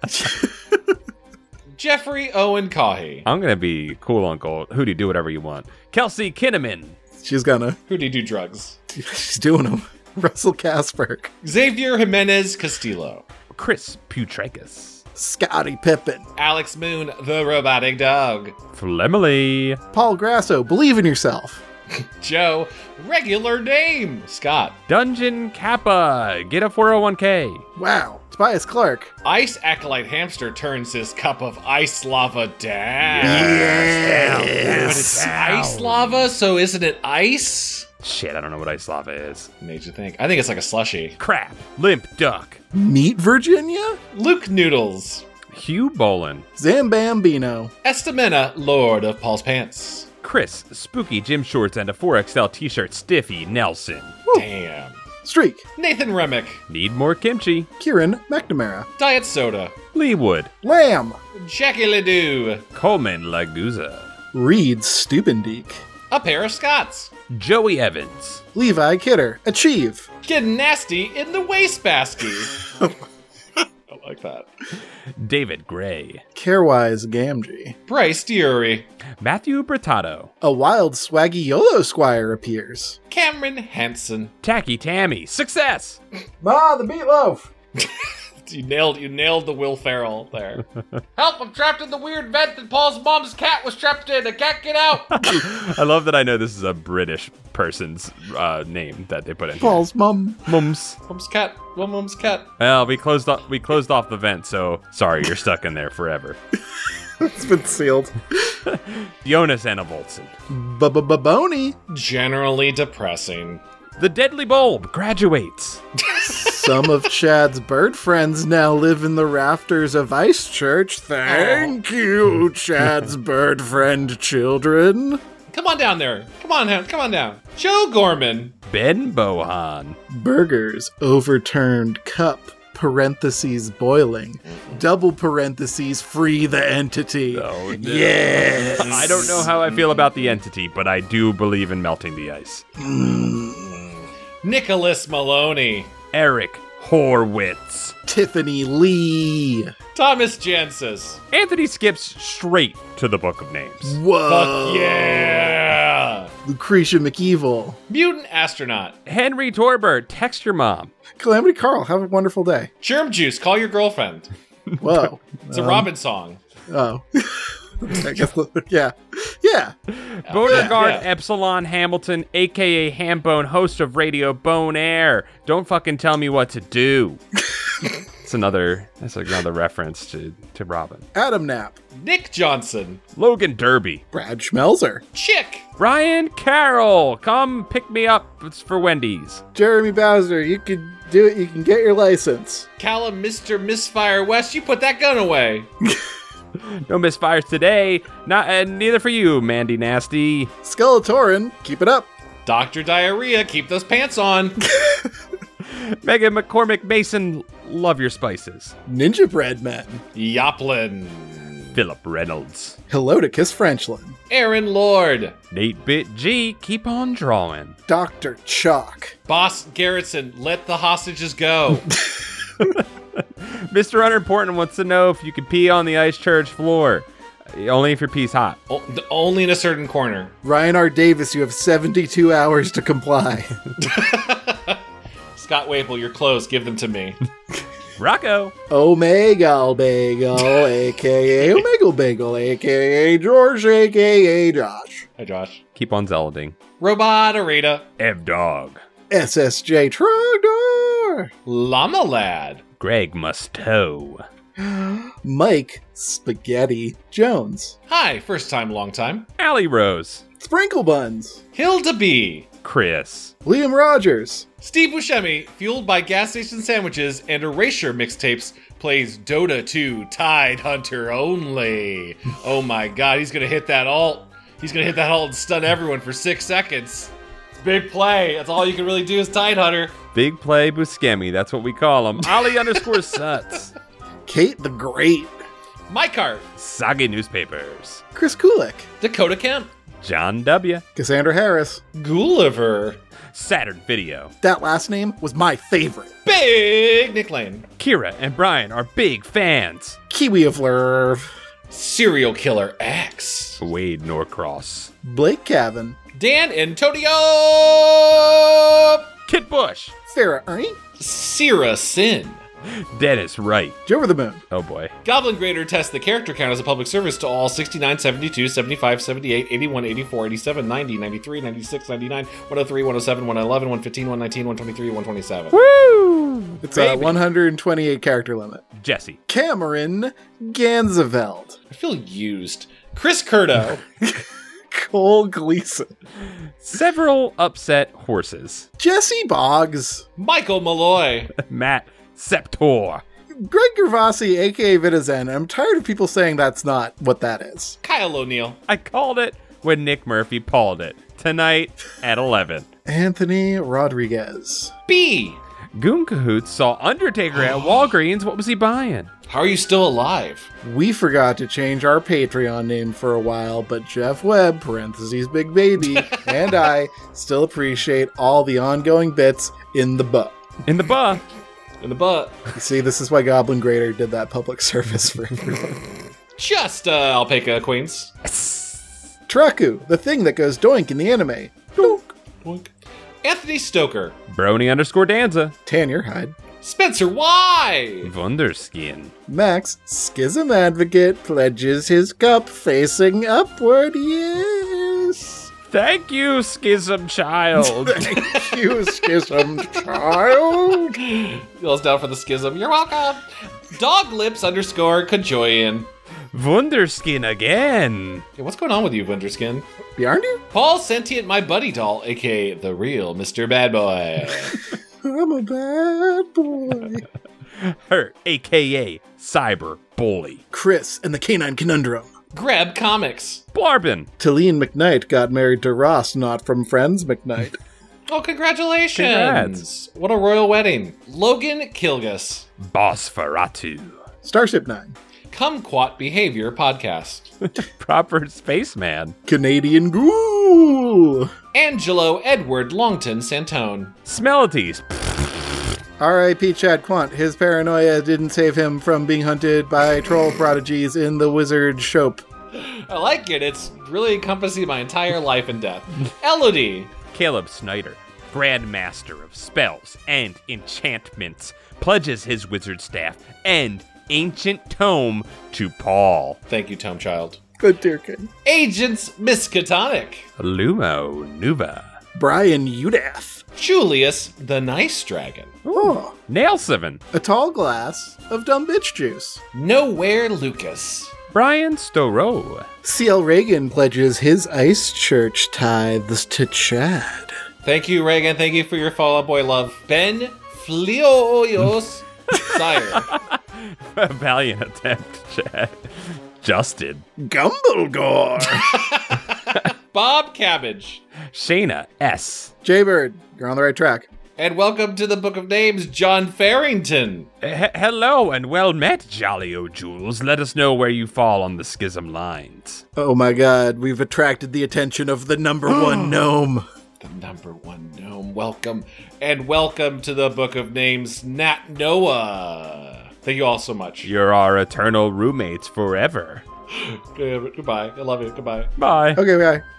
S3: Jeffrey Owen Caughey.
S2: I'm gonna be cool, Uncle. Hootie, do whatever you want. Kelsey Kinneman,
S1: She's gonna.
S3: Who do you do drugs?
S1: She's doing them. Russell Casper,
S3: Xavier Jimenez Castillo.
S2: Chris Putrekis,
S1: Scotty Pippen,
S3: Alex Moon, the robotic dog.
S2: Flemily,
S1: Paul Grasso. Believe in yourself.
S3: Joe, regular name. Scott.
S2: Dungeon Kappa, get a 401k.
S1: Wow, Tobias Clark.
S3: Ice acolyte hamster turns his cup of ice lava down. But it's ice lava, so isn't it ice?
S2: Shit, I don't know what ice lava is.
S3: Made you think. I think it's like a slushy.
S2: Crap. Limp Duck.
S1: Meet Virginia?
S3: Luke Noodles.
S2: Hugh Bolin.
S1: Zambambino.
S3: Estamina, Lord of Paul's Pants.
S2: Chris, spooky gym shorts and a 4XL t shirt, Stiffy Nelson.
S3: Damn.
S1: Streak.
S3: Nathan Remick.
S2: Need more kimchi.
S1: Kieran McNamara.
S3: Diet Soda.
S2: Leewood.
S1: Lamb.
S3: Jackie Ledoux.
S2: Coleman Laguza.
S1: Reed Stupendeek.
S3: A pair of Scots.
S2: Joey Evans.
S1: Levi Kidder. Achieve.
S3: <laughs> Get nasty in the wastebasket. like that.
S2: David Gray,
S1: Carewise Gamgee.
S3: Bryce Deary,
S2: Matthew Bertato,
S1: A wild swaggy YOLO squire appears.
S3: Cameron Hansen.
S2: Tacky Tammy, success.
S1: Ma, the meatloaf!
S3: You nailed you nailed the Will Ferrell <laughs> there. Help! I'm trapped in the weird vent that Paul's mom's cat was trapped in. I can't get out.
S2: I love that I know this is a British person's uh, name that they put in. here.
S1: Paul's mum.
S2: Mums.
S3: <laughs> mom's cat. Well, mom's cat.
S2: Well, we closed off we closed off the vent, so sorry, you're stuck in there forever. <laughs>
S1: It's been sealed.
S2: Jonas Annavolson.
S1: Bony.
S3: Generally depressing.
S2: The deadly bulb graduates.
S1: Some of Chad's bird friends now live in the rafters of Ice Church. Thank you, Chad's bird friend children.
S3: Come on down there. Come on down. Come on down. Joe Gorman.
S2: Ben Bohan.
S1: Burgers overturned cup parentheses boiling double parentheses free the entity.
S2: Oh, no.
S1: Yes.
S2: <laughs> I don't know how I feel about the entity, but I do believe in melting the ice.
S3: Nicholas Maloney.
S2: Eric Horwitz.
S1: Tiffany Lee.
S3: Thomas Jansis.
S2: Anthony skips straight to the book of names.
S1: Whoa.
S3: Fuck yeah.
S1: Lucretia McEvil.
S3: Mutant astronaut.
S2: Henry Torbert, text your mom.
S1: Calamity Carl, have a wonderful day.
S3: Germ juice. Call your girlfriend.
S2: <laughs>
S1: Whoa.
S3: It's a Robin song.
S1: Oh. <laughs> I guess, yeah. Yeah.
S2: Beauregard
S3: Yeah.
S2: Epsilon Hamilton, aka Hambone, host of Radio Bone Air. Don't fucking tell me what to
S3: <laughs>
S2: do. It's another that's another reference to, to Robin.
S1: Adam Knapp.
S3: Nick Johnson.
S2: Logan Derby.
S1: Brad Schmelzer.
S3: Chick.
S2: Ryan Carroll, come pick me up. It's for Wendy's.
S1: Jeremy Bowser, you can do it. You can get your license.
S3: Callum Mr. Misfire West. You put that gun away.
S2: No misfires today. Not and neither for you, Mandy Nasty.
S1: Skeletorin, keep it up.
S3: Dr. Diarrhea. Keep those pants on.
S2: Megan McCormick Mason, love your spices.
S1: Ninja Bread Men.
S3: Yoplin.
S2: Philip Reynolds.
S1: Hello to Kiss Frenchlin.
S3: Aaron Lord.
S2: Nate Bit G, keep on drawing.
S1: Dr. Chalk.
S3: Boss Garretson. Let the hostages go.
S2: Mr. Unimportant wants to know if you can pee on the ice church floor. Uh, Only if your pee's hot.
S3: O- only in a certain corner.
S1: Ryan R. Davis, you have 72 hours to comply. <laughs>
S3: Scott Waple, your clothes, give them to me.
S2: Rocco.
S1: Omega Bagel, aka Omega Bagel, aka George, aka Josh.
S3: Hi, Josh.
S2: Keep on zealoting.
S3: Robot Arita,
S2: Ev Dog.
S1: SSJ Trogdor.
S3: Llama Lad,
S2: Greg Musto.
S1: Mike Spaghetti Jones.
S3: Hi, first time, long time.
S2: Allie Rose.
S1: Sprinkle Buns.
S3: Hilda B,
S2: Chris.
S1: Liam Rogers.
S3: Steve Buscemi, fueled by gas station sandwiches and erasure mixtapes, plays Dota 2 Tide Hunter only. Oh my god, he's gonna hit that alt. He's gonna hit that alt and stun everyone for six seconds. It's a Big play. That's all you can really do is Tide Hunter.
S2: Big Play Buscemi. That's what we call <laughs> him. Ollie underscore Suts.
S1: Kate the Great.
S3: My cart,
S2: Soggy Newspapers.
S1: Chris Kulik.
S3: Dakota Kemp,
S2: John W.
S1: Cassandra Harris.
S3: Gulliver,
S2: Saturn Video.
S1: That last name was my favorite.
S3: Big Nick Lane,
S2: Kira and Brian are big fans.
S1: Kiwi of Lerv.
S3: Serial Killer X.
S2: Wade Norcross.
S1: Blake Cavan.
S3: Dan Antonio,
S2: Kit Bush.
S1: Sarah Ernie.
S3: Sarah Sin.
S2: Dennis Wright.
S1: Joe the Moon.
S2: Oh boy.
S3: Goblin Grader tests the character count as a public service to all 69, 72, 75, 78, 81, 84, 87, 90, 93, 96, 99, 103, 107, 111, 115, 119, 123, 127.
S2: Woo!
S1: It's a
S3: Baby.
S1: 128 character limit.
S2: Jesse.
S1: Cameron Ganzeveld.
S3: I feel used. Chris Curto,
S1: Cole Gleason.
S2: Several upset horses. <laughs>
S1: Jesse Boggs.
S3: Michael Malloy,
S2: Matt Septor.
S1: Greg Gervasi, aka Vitizen. I'm tired of people saying that's not what that is.
S3: Kyle O'Neill,
S2: I called it when Nick Murphy called it. Tonight at 11.
S1: Anthony Rodriguez.
S3: B.
S2: Goon Cahoots saw Undertaker at Walgreens. What was he buying?
S3: How are you still alive?
S1: We forgot to change our Patreon name for a while, but Jeff Webb, parentheses Big Baby, and I still appreciate all the ongoing bits in the book.
S2: In the buff.
S3: in the butt.
S1: You see, this is why Goblin Grader did that public <laughs> service for everyone.
S3: Just uh, alpaca queens.
S1: Traku, the thing that goes doink in the anime.
S3: Boink. Anthony Stoker,
S2: Brony underscore Danza.
S1: Tanner Hyde.
S3: Spencer Why?
S2: Wunderskin.
S1: Max, Schism Advocate, pledges his cup facing upward. Yes!
S2: Thank you, Schism Child.
S1: Thank you, Schism Child!
S3: Goes down for the schism. You're welcome. Dog lips underscore Kajoyan.
S2: Wunderskin again.
S3: Hey, what's going on with you, Wonderskin?
S1: Yarn you?
S3: Paul Sentient My Buddy Doll, aka the real Mr. Bad Boy.
S1: I'm a bad boy.
S2: Her, aka Cyber Bully.
S1: Chris and the Canine Conundrum.
S3: Grab Comics.
S2: Blarbin.
S1: Talene McKnight got married to Ross, not from Friends McKnight.
S3: Oh, congratulations.
S2: Congrats.
S3: What a royal wedding. Logan Kilgus.
S2: Bosferatu.
S1: Starship Nine.
S3: Kumquat Behavior Podcast.
S2: Proper spaceman.
S1: Canadian Ghoul.
S3: Angelo Edward Longton Santone.
S2: Smellities.
S1: R.I.P. Chad Quant. His paranoia didn't save him from being hunted by troll prodigies in the wizard Shope.
S3: I like it. It's really encompassing my entire life and death. Elodie.
S2: Caleb Snyder, Grandmaster of Spells and Enchantments, pledges his wizard staff and ancient tome to Paul.
S3: Thank you, Tom Child.
S1: Good dear kid.
S3: Agents Miskatonic.
S2: Lumo Nuva.
S1: Brian Udath.
S3: Julius the Nice Dragon.
S1: Oh.
S2: Nail Seven.
S1: A tall glass of dumb bitch juice.
S3: Nowhere Lucas.
S2: Brian Storo.
S1: C.L. Reagan pledges his ice church tithes to Chad.
S3: Thank you, Reagan. Thank you for your Fall Out Boy love. Ben Flioyos Sire.
S2: <laughs> A valiant attempt, Chad. Justin.
S1: Gumblegore. <laughs>
S3: Bob Cabbage.
S2: Shayna S.
S1: Jaybird, you're on the right track.
S3: And welcome to the Book of Names, John Farrington.
S2: H- hello and well met, Jolly O'Jules. Let us know where you fall on the schism lines.
S1: Oh my god, we've attracted the attention of the number one gnome.
S3: The number one gnome. Welcome. And welcome to the Book of Names, Nat Noah. Thank you all so much.
S2: You're our eternal roommates forever.
S3: Goodbye. I love you. Goodbye.
S2: Bye.
S1: Okay, bye.